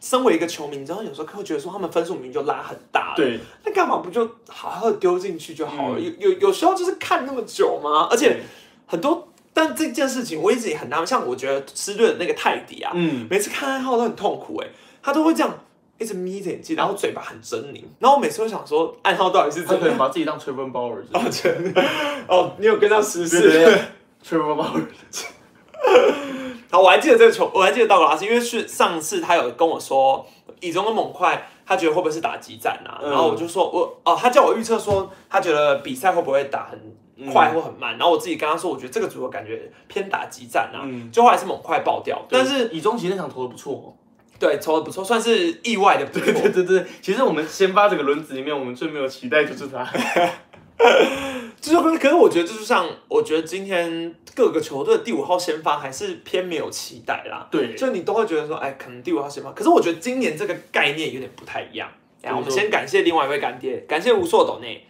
[SPEAKER 1] 身为一个球迷，你知道有时候会觉得说他们分数明明就拉很大了，
[SPEAKER 2] 对，
[SPEAKER 1] 那干嘛不就好好地丢进去就好了？
[SPEAKER 2] 嗯
[SPEAKER 1] 有有有需要就是看那么久吗？而
[SPEAKER 2] 而
[SPEAKER 1] 且。很多，但这件事情我一直也很纳闷。像我觉得狮队的那个泰迪啊，
[SPEAKER 2] 嗯，
[SPEAKER 1] 每次看暗号都很痛苦哎、他都会这样一直眯着眼睛，然后嘴巴很狰狞。然后我每次会想说，暗号到底是
[SPEAKER 2] 他
[SPEAKER 1] 真
[SPEAKER 2] 可
[SPEAKER 1] 的？
[SPEAKER 2] 能把自己当吹风包而已。
[SPEAKER 1] 哦，真的哦，你有跟上时
[SPEAKER 2] 对对
[SPEAKER 1] 事
[SPEAKER 2] 对？吹风包而已。
[SPEAKER 1] 好，我还记得这个球，我还记得道格拉斯，因为是上次他有跟我说，以中跟猛快，他觉得会不会是打激战啊？
[SPEAKER 2] 嗯
[SPEAKER 1] 然后我就说，我哦，他叫我预测说，他觉得比赛会不会打
[SPEAKER 2] 嗯
[SPEAKER 1] 很快或很慢？然后我自己跟他说，我觉得这个组合感觉偏打激战啊。
[SPEAKER 2] 嗯，
[SPEAKER 1] 就后来是猛快爆掉，但
[SPEAKER 2] 但
[SPEAKER 1] 是
[SPEAKER 2] 是以中奇那场投的不
[SPEAKER 1] 哦
[SPEAKER 2] 错。
[SPEAKER 1] 对，投的不错，算是意外的不
[SPEAKER 2] 对对
[SPEAKER 1] 错。
[SPEAKER 2] 对对，其实我们先发这个轮子里面，我们最没有期待就是他。
[SPEAKER 1] 就是可是可是我觉得，就是像我觉得今天各个球队的第五号先发还是偏没有期待啦，
[SPEAKER 2] 对，
[SPEAKER 1] 就你都会觉得说，哎，可能第五号先发。可是我觉得今年这个概念有点不太一样。哎呀，
[SPEAKER 2] 怎么
[SPEAKER 1] 我们
[SPEAKER 2] 说
[SPEAKER 1] 先感谢另外一位干爹，感谢吴硕斗内。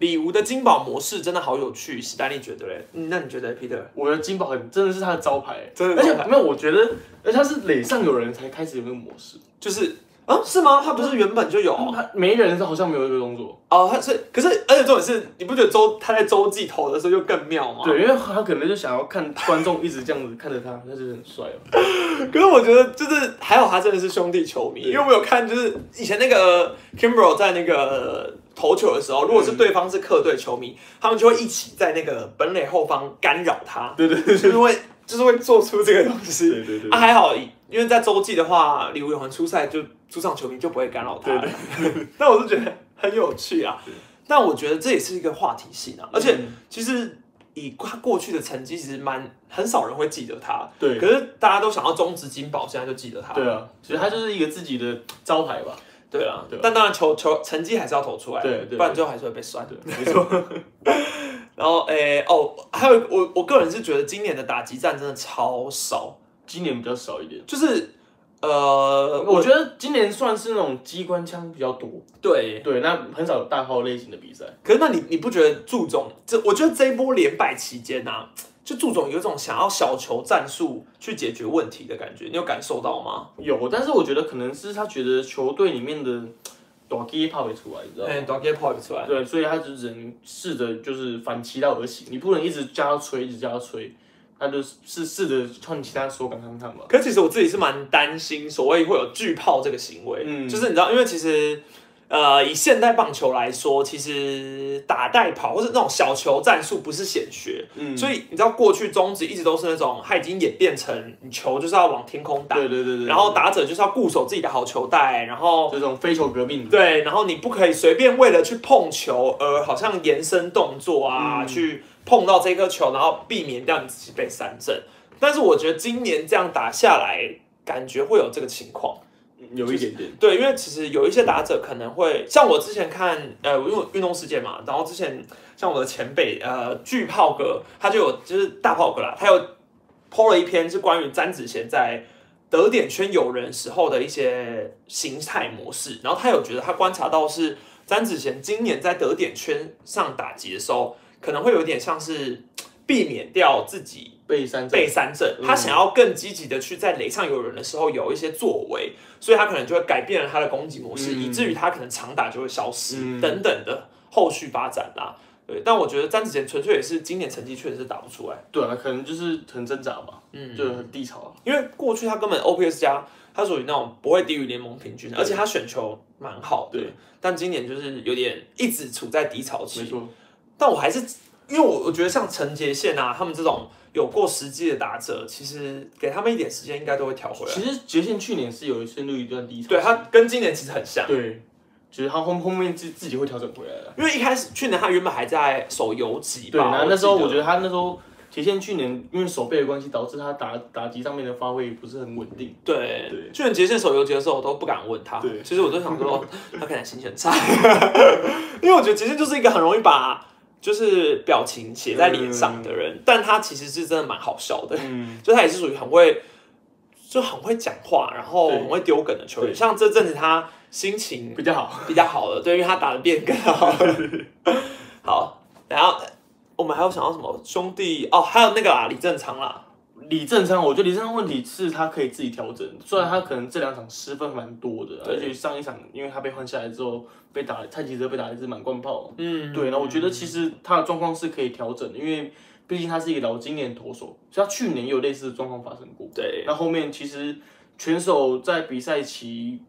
[SPEAKER 1] 李吴的金宝模式真的好有趣，史丹利觉得嘞？嗯那你觉得嘞，Peter？
[SPEAKER 2] 我觉得金宝很真的是他的招牌，
[SPEAKER 1] 真的
[SPEAKER 2] 而
[SPEAKER 1] 是
[SPEAKER 2] 且
[SPEAKER 1] 招牌
[SPEAKER 2] 没有，我觉得，而且他是垒上有人才开始有那个模式，
[SPEAKER 1] 就是，啊，是吗？他不是原本就有哦？
[SPEAKER 2] 他没人的时候好像没有这个动作。
[SPEAKER 1] 哦他是，可是而且重点是，你不觉得周他在周记投的时候就更妙吗？
[SPEAKER 2] 对，因为他可能就想要看观众一直这样子看着他，他就是很帅哦。
[SPEAKER 1] 可是我觉得就是还好，他真的是兄弟球迷，因为我有看，就是以前那个 Kimbro 在那个投球的时候，如果是对方是客队球迷，
[SPEAKER 2] 嗯
[SPEAKER 1] 他们就会一起在那个本垒后方干扰他，
[SPEAKER 2] 对对对
[SPEAKER 1] 就是会就是会做出这个东西。
[SPEAKER 2] 对对对
[SPEAKER 1] 啊，还好，因为在洲际的话，李吴永恒出赛就主场球迷就不会干扰他了。 那我是觉得很有趣啊
[SPEAKER 2] 对，
[SPEAKER 1] 但我觉得这也是一个话题性啊，而且
[SPEAKER 2] 嗯
[SPEAKER 1] 其实以他过去的成绩，其实蛮很少人会记得他。
[SPEAKER 2] 对
[SPEAKER 1] 可是大家都想要中职金宝，现在就记得他。
[SPEAKER 2] 对啊，其实他就是一个自己的招牌吧。
[SPEAKER 1] 对啊
[SPEAKER 2] 对啊
[SPEAKER 1] 但当然球球成绩还是要投出来，
[SPEAKER 2] 对对
[SPEAKER 1] 不然最后还是会被酸。
[SPEAKER 2] 对，没错。
[SPEAKER 1] 然后诶、哦，还有我我个人是觉得今年的打击战真的超少，
[SPEAKER 2] 今年比较少一点，
[SPEAKER 1] 就是呃，
[SPEAKER 2] 我觉得今年算是那种机关枪比较多。
[SPEAKER 1] 对，
[SPEAKER 2] 对，那很少有大号类型的比赛。
[SPEAKER 1] 可是那你你不觉得祝总这？我觉得这一波连败期间啊，就祝总有一种想要小球战术去解决问题的感觉，你有感受到吗？
[SPEAKER 2] 有，但是我觉得可能是他觉得球队里面的短 gay 怕会出来，你知道吗？
[SPEAKER 1] 哎，短 g a p 出来，
[SPEAKER 2] 对，所以他就只能试着就是反其道而行，你不能一直加他吹，一直加他吹，那就是试试着换其他手感看看吧。
[SPEAKER 1] 可其实我自己是蛮担心所谓会有巨炮这个行为，
[SPEAKER 2] 嗯
[SPEAKER 1] 就是你知道，因为其实。呃，以现代棒球来说，其实打带跑或者那种小球战术不是显学，
[SPEAKER 2] 嗯，
[SPEAKER 1] 所以你知道过去宗旨一直都是那种，它已经演变成你球就是要往天空打，
[SPEAKER 2] 对对对对，
[SPEAKER 1] 然后打者就是要固守自己的好球带，然后
[SPEAKER 2] 这种非球革命，
[SPEAKER 1] 对，然后你不可以随便为了去碰球而好像延伸动作啊，
[SPEAKER 2] 嗯
[SPEAKER 1] 去碰到这颗球，然后避免掉你自己被三振。但是我觉得今年这样打下来，感觉会有这个情况。
[SPEAKER 2] 有一点点，
[SPEAKER 1] 对，因为其实有一些打者可能会像我之前看，呃，因为我运动世界嘛，然后之前像我的前辈，呃，巨炮哥，他就有就是大炮哥啦，他有 PO 了一篇是关于詹子贤在得点圈有人时候的一些形态模式，然后他有觉得他观察到是詹子贤今年在得点圈上打击的时候，可能会有点像是避免掉自己
[SPEAKER 2] 被三嗯振
[SPEAKER 1] 被三振，他想要更积极的去在垒上有人的时候有一些作为，所以他可能就会改变了他的攻击模式，
[SPEAKER 2] 嗯
[SPEAKER 1] 以至于他可能长打就会消失、
[SPEAKER 2] 嗯
[SPEAKER 1] 等等的后续发展啦。对，但我觉得詹子贤纯粹也是今年成绩确实是打不出来，
[SPEAKER 2] 对啊，可能就是很挣扎吧，
[SPEAKER 1] 嗯
[SPEAKER 2] 就很低潮啊。
[SPEAKER 1] 因为过去他根本 OPS 加，他属于那种不会低于联盟平均，
[SPEAKER 2] 对
[SPEAKER 1] 而且他选球蛮好的
[SPEAKER 2] 对，
[SPEAKER 1] 但今年就是有点一直处在低潮期
[SPEAKER 2] 没，错，
[SPEAKER 1] 但我还是因为我我觉得像陈杰宪啊，他们这种有过实际的打者，其实给他们一点时间，应该都会调回来。
[SPEAKER 2] 其实杰宪去年是有陷入一段低潮，
[SPEAKER 1] 对，他跟今年其实很像，
[SPEAKER 2] 对，就是他后后面自自己会调整回来的。
[SPEAKER 1] 因为一开始去年他原本还在守游击
[SPEAKER 2] 对，
[SPEAKER 1] 吧，
[SPEAKER 2] 然后那时候我觉
[SPEAKER 1] 得
[SPEAKER 2] 得他那时候杰宪去年因为手背的关系，导致他打打击上面的发挥不是很稳定。
[SPEAKER 1] 对，
[SPEAKER 2] 对
[SPEAKER 1] 去年杰线守游击的时候，我都不敢问他，
[SPEAKER 2] 对
[SPEAKER 1] 其实我都想说他可能心情很 差，因为我觉得杰线就是一个很容易把就是表情写在脸上的人，但他其实是真的蛮好笑的，
[SPEAKER 2] 嗯，
[SPEAKER 1] 就他也是属于很会，就很会讲话，然后
[SPEAKER 2] 对
[SPEAKER 1] 很会丢梗的球员。
[SPEAKER 2] 对
[SPEAKER 1] 像这阵子他心情
[SPEAKER 2] 比较好。
[SPEAKER 1] 比较好了，对，因为他打的变更好了。 好，然后我们还有想到什么兄弟哦，还有那个啦，李正昌啦，
[SPEAKER 2] 李正昌，我觉得李正昌问题是他可以自己调整，虽然他可能这两场失分蛮多的，
[SPEAKER 1] 对
[SPEAKER 2] 而且上一场因为他被换下来之后被打蔡奇哲被打了一支满贯炮，
[SPEAKER 1] 嗯，
[SPEAKER 2] 对，那我觉得其实他的状况是可以调整的，因为毕竟他是一个老经验投手，所以他去年也有类似的状况发生过。
[SPEAKER 1] 对，
[SPEAKER 2] 那后面其实选手在比赛期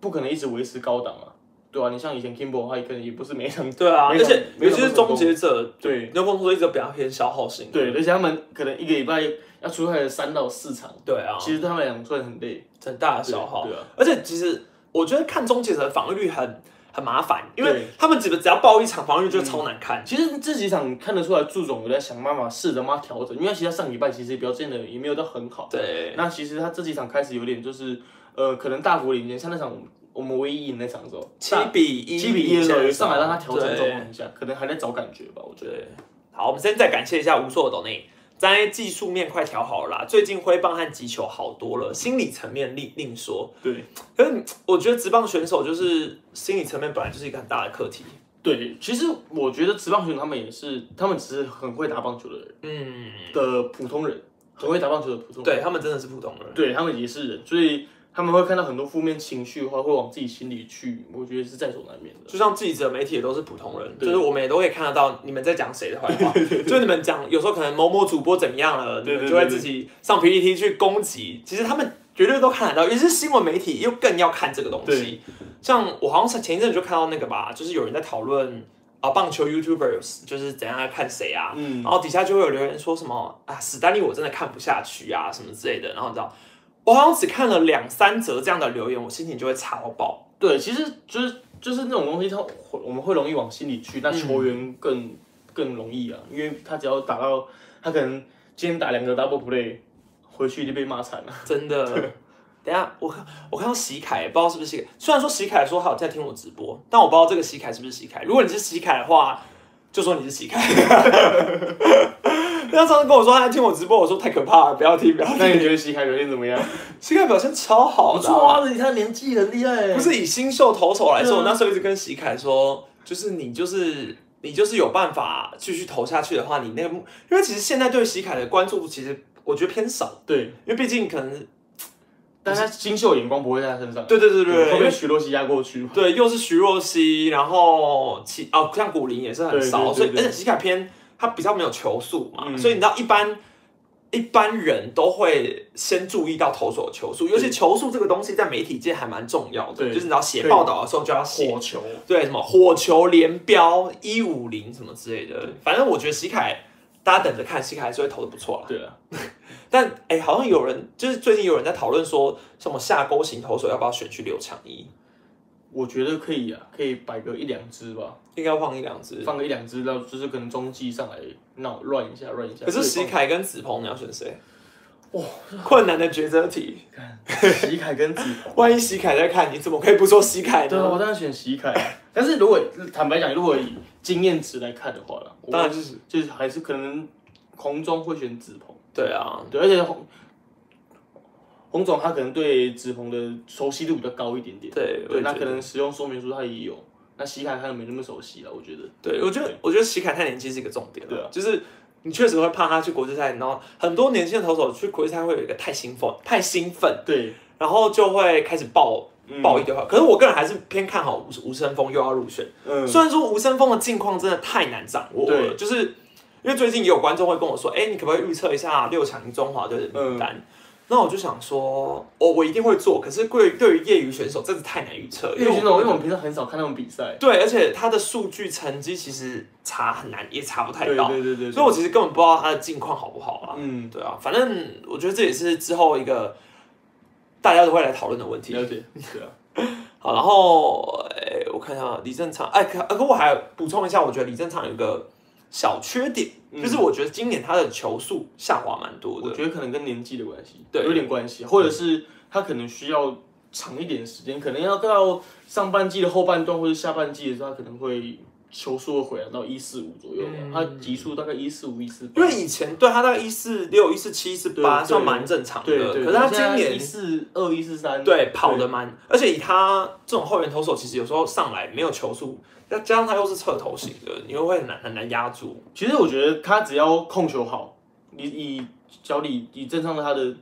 [SPEAKER 2] 不可能一直维持高档啊，对啊，你像以前 Kimbo 的话，可能也不是 每场
[SPEAKER 1] 对啊，而
[SPEAKER 2] 没想
[SPEAKER 1] 且尤
[SPEAKER 2] 没想
[SPEAKER 1] 其是终结者，
[SPEAKER 2] 对
[SPEAKER 1] 牛工说一直比较偏消耗型，
[SPEAKER 2] 对，而且他们可能一个礼拜要出赛三到四场，
[SPEAKER 1] 对啊，
[SPEAKER 2] 其实他们俩算很累，
[SPEAKER 1] 很大的
[SPEAKER 2] 对
[SPEAKER 1] 消耗。
[SPEAKER 2] 对啊，
[SPEAKER 1] 而且其实我觉得看终结者的防御率很很麻烦，因为
[SPEAKER 2] 对
[SPEAKER 1] 他们只只要爆一场防御就超难看。
[SPEAKER 2] 其实这几场看得出来，祝总有在想办法试着帮他调整，因为其实他上礼拜其实表现的也没有到很好。
[SPEAKER 1] 对，
[SPEAKER 2] 那其实他这几场开始有点就是，呃，可能大幅领先，像那场我们唯一赢那场之后，
[SPEAKER 1] 七比一，
[SPEAKER 2] 七比一的时候，有上来让他调整
[SPEAKER 1] 对
[SPEAKER 2] 状况一下，可能还在找感觉吧，我觉得。
[SPEAKER 1] 对，好，我们先再感谢一下无硕的 d o 在技术面快调好了啦，最近挥棒和击球好多了，心理层面另另说。
[SPEAKER 2] 对
[SPEAKER 1] 可是我觉得职棒选手就是心理层面本来就是一个很大的课题。
[SPEAKER 2] 对，其实我觉得职棒选手他们也是，他们只是很会打棒球的人
[SPEAKER 1] 嗯，
[SPEAKER 2] 的普通人，很会打棒球的普通人。
[SPEAKER 1] 对他们真的是普通人。
[SPEAKER 2] 对他们也是人，所以他们会看到很多负面情绪的话，会往自己心里去，我觉得是在所难免的。
[SPEAKER 1] 就像记者、媒体也都是普通人，就
[SPEAKER 2] 对
[SPEAKER 1] 是我们也都可以看得到你们在讲谁的坏话。 就你们讲，有时候可能某某主播怎么样了，你
[SPEAKER 2] 对对
[SPEAKER 1] 们
[SPEAKER 2] 对
[SPEAKER 1] 就会自己上 PPT 去攻击。其实他们绝对都看得到，尤其是新闻媒体又更要看这个东西。像我好像是前一阵就看到那个吧，就是有人在讨论啊，棒球 YouTuber 就是怎样来看谁啊，
[SPEAKER 2] 嗯
[SPEAKER 1] 然，后底下就会有留言说什么啊，史丹利我真的看不下去啊，什么之类的。然后你知道，我好像只看了两三则这样的留言，我心情就会差到爆。
[SPEAKER 2] 对，其实就是就是那种东西，它我们会容易往心里去，那
[SPEAKER 1] 嗯
[SPEAKER 2] 球员更、更容易啊，因为他只要打到他可能今天打两个 double play，回去就被骂惨了。
[SPEAKER 1] 真的。等一下，我看我看到喜凯，不知道是不是喜凯。虽然说喜凯说他有在听我直播，但我不知道这个喜凯是不是喜凯。如果你是喜凯的话，就说你是喜凯。 他上次跟我说他在听我直播，我说太可怕了，不要听，不要
[SPEAKER 2] 那你
[SPEAKER 1] 听。
[SPEAKER 2] 觉得西凯表现怎么样？
[SPEAKER 1] 喜凯表现超好的啊、
[SPEAKER 2] 哇，他年纪很厉害、欸。
[SPEAKER 1] 不，是以新秀投手来说，
[SPEAKER 2] 对啊
[SPEAKER 1] 我那时候一直跟喜凯说，就是你就是你就是有办法继续投下去的话，你那个目，因为其实现在对喜凯的关注度其实我觉得偏少，
[SPEAKER 2] 对，
[SPEAKER 1] 因为毕竟可能
[SPEAKER 2] 但他新秀眼光不会在他身上。
[SPEAKER 1] 对对对对对，
[SPEAKER 2] 会
[SPEAKER 1] 因为
[SPEAKER 2] 被徐若曦压过去。
[SPEAKER 1] 对，又是徐若曦，然后其哦，像古林也是很
[SPEAKER 2] 对对
[SPEAKER 1] 少，
[SPEAKER 2] 对
[SPEAKER 1] 所以
[SPEAKER 2] 对
[SPEAKER 1] 而且西卡偏他比较没有球速嘛，
[SPEAKER 2] 嗯
[SPEAKER 1] 所以你知道一般一般人都会先注意到投手球速，尤其球速这个东西在媒体界还蛮重要的，
[SPEAKER 2] 对
[SPEAKER 1] 就是你知道写报道的时候就要写
[SPEAKER 2] 火球，
[SPEAKER 1] 对，什么火球联标一五零什么之类的，反正我觉得喜凯，大家等着看，喜凯还是会投的不错啦。
[SPEAKER 2] 对啊，
[SPEAKER 1] 但哎、好像有人就是最近有人在讨论说，什么下勾型投手要不要选去刘强一，
[SPEAKER 2] 我觉得可以啊，可以摆个一两只吧，
[SPEAKER 1] 应该放一两只。
[SPEAKER 2] 放个一两只，到就是可能中继上来闹乱一下乱一下。
[SPEAKER 1] 可是喜
[SPEAKER 2] 所以
[SPEAKER 1] 凯跟子鹏，你要选谁？
[SPEAKER 2] 哦
[SPEAKER 1] 哇，困难的抉择题。
[SPEAKER 2] 放 喜 凯跟子鹏，
[SPEAKER 1] 万一喜凯在看，你怎么可以不说喜凯
[SPEAKER 2] 对啊，
[SPEAKER 1] 呢？
[SPEAKER 2] 我当然选喜凯。啊 但是如果坦白讲，如果以经验值来看的话啦，我
[SPEAKER 1] 当然就是
[SPEAKER 2] 就是还是可能红中会选子鹏，
[SPEAKER 1] 对啊，
[SPEAKER 2] 对，而且红红总他可能对子鹏的熟悉度比较高一点点，
[SPEAKER 1] 对，我
[SPEAKER 2] 对，
[SPEAKER 1] 也
[SPEAKER 2] 那
[SPEAKER 1] 觉
[SPEAKER 2] 可
[SPEAKER 1] 得，
[SPEAKER 2] 能使用说明书他也有，那喜凯他能没那么熟悉了，我觉得。
[SPEAKER 1] 对我觉得，我觉得喜凯太年轻是一个重点
[SPEAKER 2] 对啊
[SPEAKER 1] 了，就是。你确实会怕他去国际赛，然后很多年轻的投手去国际赛会有一个太兴奋、太兴奋，
[SPEAKER 2] 对，
[SPEAKER 1] 然后就会开始爆
[SPEAKER 2] 嗯
[SPEAKER 1] 爆一堆话。可是我个人还是偏看好吴吴森峰又要入选，
[SPEAKER 2] 嗯，
[SPEAKER 1] 虽然说吴森峰的近况真的太难掌握了，
[SPEAKER 2] 对
[SPEAKER 1] 就是因为最近也有观众会跟我说，哎，你可不可以预测一下六强中华队的名单？
[SPEAKER 2] 嗯
[SPEAKER 1] 那我就想说，我、我一定会做，可是对于对于业余选手，真的太难预测，
[SPEAKER 2] 因为
[SPEAKER 1] 我
[SPEAKER 2] 那种，因为我们平常很少看那种比赛，
[SPEAKER 1] 对，而且他的数据成绩其实查很难，也查不太
[SPEAKER 2] 对
[SPEAKER 1] 到，
[SPEAKER 2] 对对对，
[SPEAKER 1] 所以我其实根本不知道他的近况好不好啊。
[SPEAKER 2] 嗯，
[SPEAKER 1] 对啊，反正我觉得这也是之后一个大家都会来讨论的问题。
[SPEAKER 2] 了 解，对啊，
[SPEAKER 1] 好，然后诶、我看一下李正昌，哎、可可我还补充一下，我觉得李正昌有一个小缺点，
[SPEAKER 2] 嗯
[SPEAKER 1] 就是我觉得今年他的球速下滑蛮多
[SPEAKER 2] 我
[SPEAKER 1] 的。
[SPEAKER 2] 觉得可能跟年纪的关系，
[SPEAKER 1] 对
[SPEAKER 2] 有点关系，啊或者是他可能需要长一点时间，可能要到上半季的后半段或者下半季的时候，他可能会球速会回来到一四五左右吧，
[SPEAKER 1] 嗯
[SPEAKER 2] 他极速大概一四五一四
[SPEAKER 1] 因
[SPEAKER 2] 八，
[SPEAKER 1] 为以前对他大概一四六、一四七、一四
[SPEAKER 2] 对
[SPEAKER 1] 八
[SPEAKER 2] 对
[SPEAKER 1] 算蛮正常的，
[SPEAKER 2] 对对，
[SPEAKER 1] 可是他今
[SPEAKER 2] 一
[SPEAKER 1] 年
[SPEAKER 2] 四二一四三，
[SPEAKER 1] 对跑的蛮，而且以他这种后援投手，其实有时候上来没有球速，再加上他又是侧头型的，你又会很难很难压住。
[SPEAKER 2] 其实我觉得他只要控球好，以以脚里以正常的他的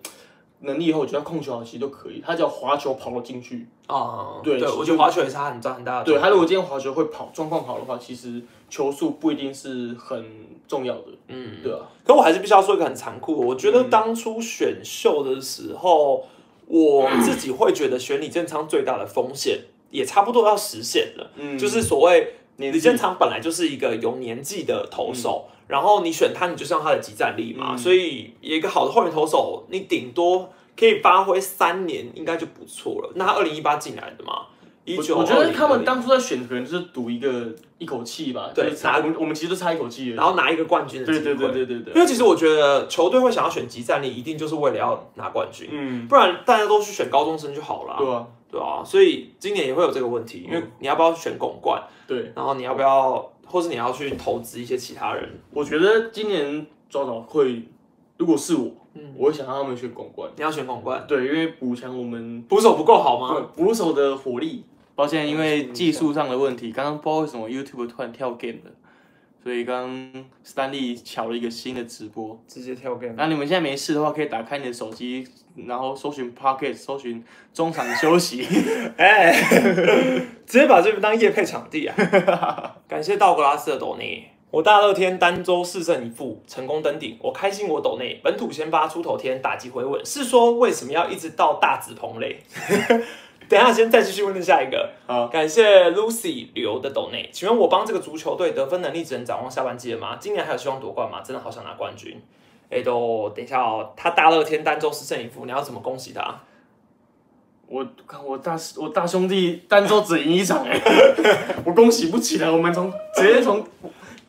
[SPEAKER 2] 能力以后，我觉得他控球好其实都可以。他只要滑球跑了进去，
[SPEAKER 1] 啊、
[SPEAKER 2] 对
[SPEAKER 1] 对，
[SPEAKER 2] 其实
[SPEAKER 1] 我觉得滑雪也是他很大很大的重
[SPEAKER 2] 对
[SPEAKER 1] 点。
[SPEAKER 2] 他如果今天滑球会跑，状况好的话，其实球速不一定是很重要的。
[SPEAKER 1] 嗯，
[SPEAKER 2] 对啊，
[SPEAKER 1] 可我还是必须要说一个很残酷的，我觉得
[SPEAKER 2] 嗯
[SPEAKER 1] 当初选秀的时候，我自己会觉得选李正昌最大的风险也差不多要实现了，
[SPEAKER 2] 嗯
[SPEAKER 1] 就是所谓
[SPEAKER 2] 年
[SPEAKER 1] 李
[SPEAKER 2] 纪
[SPEAKER 1] 正昌本来就是一个有年纪的投手，然后你选他，你就是让他的集战力嘛，
[SPEAKER 2] 嗯
[SPEAKER 1] 所以一个好的后援投手，你顶多可以发挥三年，应该就不错了。那他二零一八进来的嘛，一
[SPEAKER 2] 我
[SPEAKER 1] 九，
[SPEAKER 2] 我觉得他们
[SPEAKER 1] 当
[SPEAKER 2] 当初在选，可能就是赌一个一口气吧。
[SPEAKER 1] 对
[SPEAKER 2] 就是差我们我们其实就差一口气而已。
[SPEAKER 1] 然后拿一个冠军的机
[SPEAKER 2] 对
[SPEAKER 1] 会，
[SPEAKER 2] 对对对对对，
[SPEAKER 1] 因为其实我觉得球队会想要选集战力，一定就是为了要拿冠军。
[SPEAKER 2] 嗯，
[SPEAKER 1] 不然大家都去选高中生就好了啊、嗯
[SPEAKER 2] 对啊，
[SPEAKER 1] 对啊，所以今年也会有这个问题，因为你要不要选拱冠，
[SPEAKER 2] 对，
[SPEAKER 1] 然后你要不要，或是你要去投资一些其他人，
[SPEAKER 2] 我觉得今年早早会，如果是我，我会想让他们选嗯广冠。
[SPEAKER 1] 你要选拱冠，
[SPEAKER 2] 对，因为补强我们
[SPEAKER 1] 捕手不够好吗？
[SPEAKER 2] 对捕手的火力。抱歉，因为技术上的问题，刚刚不知道为什么 YouTube 突然跳 game 了，所以刚刚 Stanley 巧了一个新的直播。
[SPEAKER 1] 直接跳 game，
[SPEAKER 2] 那你们现在没事的话，可以打开你的手机，然后搜寻 Pocket，搜寻 中场休息。
[SPEAKER 1] 哎，直接把这边当夜配场地啊！感谢道格拉斯的斗内，我大热天单周四胜一负，成功登顶，我开心我斗内，本土先发出头天，打击回稳，是说为什么要一直到大紫鹏嘞？ 等一下，先再继续问下一个。
[SPEAKER 2] 好
[SPEAKER 1] 感谢 Lucy 刘的斗内，请问我帮这个足球队得分能力只能展望下半季了吗？今年还有希望夺冠吗？真的好想拿冠军。哎、都等一下哦，他大热天单周四胜一负，你要怎么恭喜他？
[SPEAKER 2] 我看我大我大兄弟单周只赢一场 哎、我恭喜不起来，我们从直接从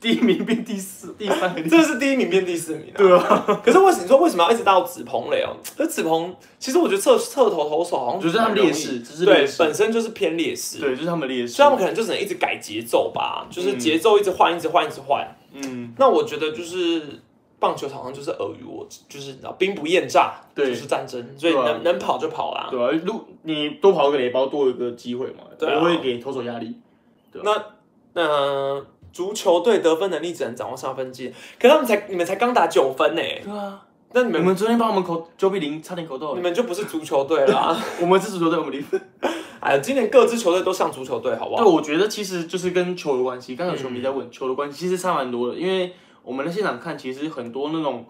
[SPEAKER 2] 第一名变第四、第三名。
[SPEAKER 1] 这是第一名变第四名、啊，
[SPEAKER 2] 对
[SPEAKER 1] 啊。可是为什么你说为什么要一直到紫鹏嘞？哦，这紫鹏其实我觉得侧侧头投手好像
[SPEAKER 2] 我觉得他们
[SPEAKER 1] 蛮容易
[SPEAKER 2] 劣势这是
[SPEAKER 1] 对
[SPEAKER 2] 劣，势
[SPEAKER 1] 本身就是偏劣势，
[SPEAKER 2] 对，就是啊嗯他们劣势
[SPEAKER 1] 所以他。们可能就只能一直改节奏吧，就是节奏一直换，一直换，一直换。
[SPEAKER 2] 嗯，
[SPEAKER 1] 那我觉得就是棒球场上就是尔虞我诈，就是你知道兵不厌诈，
[SPEAKER 2] 对
[SPEAKER 1] 就是战争，所以
[SPEAKER 2] 对啊
[SPEAKER 1] 能、能跑就跑啦。
[SPEAKER 2] 对啊，如你多跑一个雷包，多一个机会嘛，
[SPEAKER 1] 对啊
[SPEAKER 2] 我会给投手压力。
[SPEAKER 1] 那、足球队得分能力只能掌握上分季，可他们才你们才刚打九分呢，
[SPEAKER 2] 对啊，
[SPEAKER 1] 那你
[SPEAKER 2] 我
[SPEAKER 1] 们
[SPEAKER 2] 们昨天帮我们口九比零，差点口到
[SPEAKER 1] 你
[SPEAKER 2] 了。
[SPEAKER 1] 们就不是足球队啊啦。
[SPEAKER 2] 我们自主球队我们零分。
[SPEAKER 1] 哎，今年各支球队都像足球队，好不
[SPEAKER 2] 对，
[SPEAKER 1] 好？
[SPEAKER 2] 我觉得其实就是跟球的关系。刚才有球迷在问球的关系，其实差蛮多的，因为我们在现场看，其实很多那种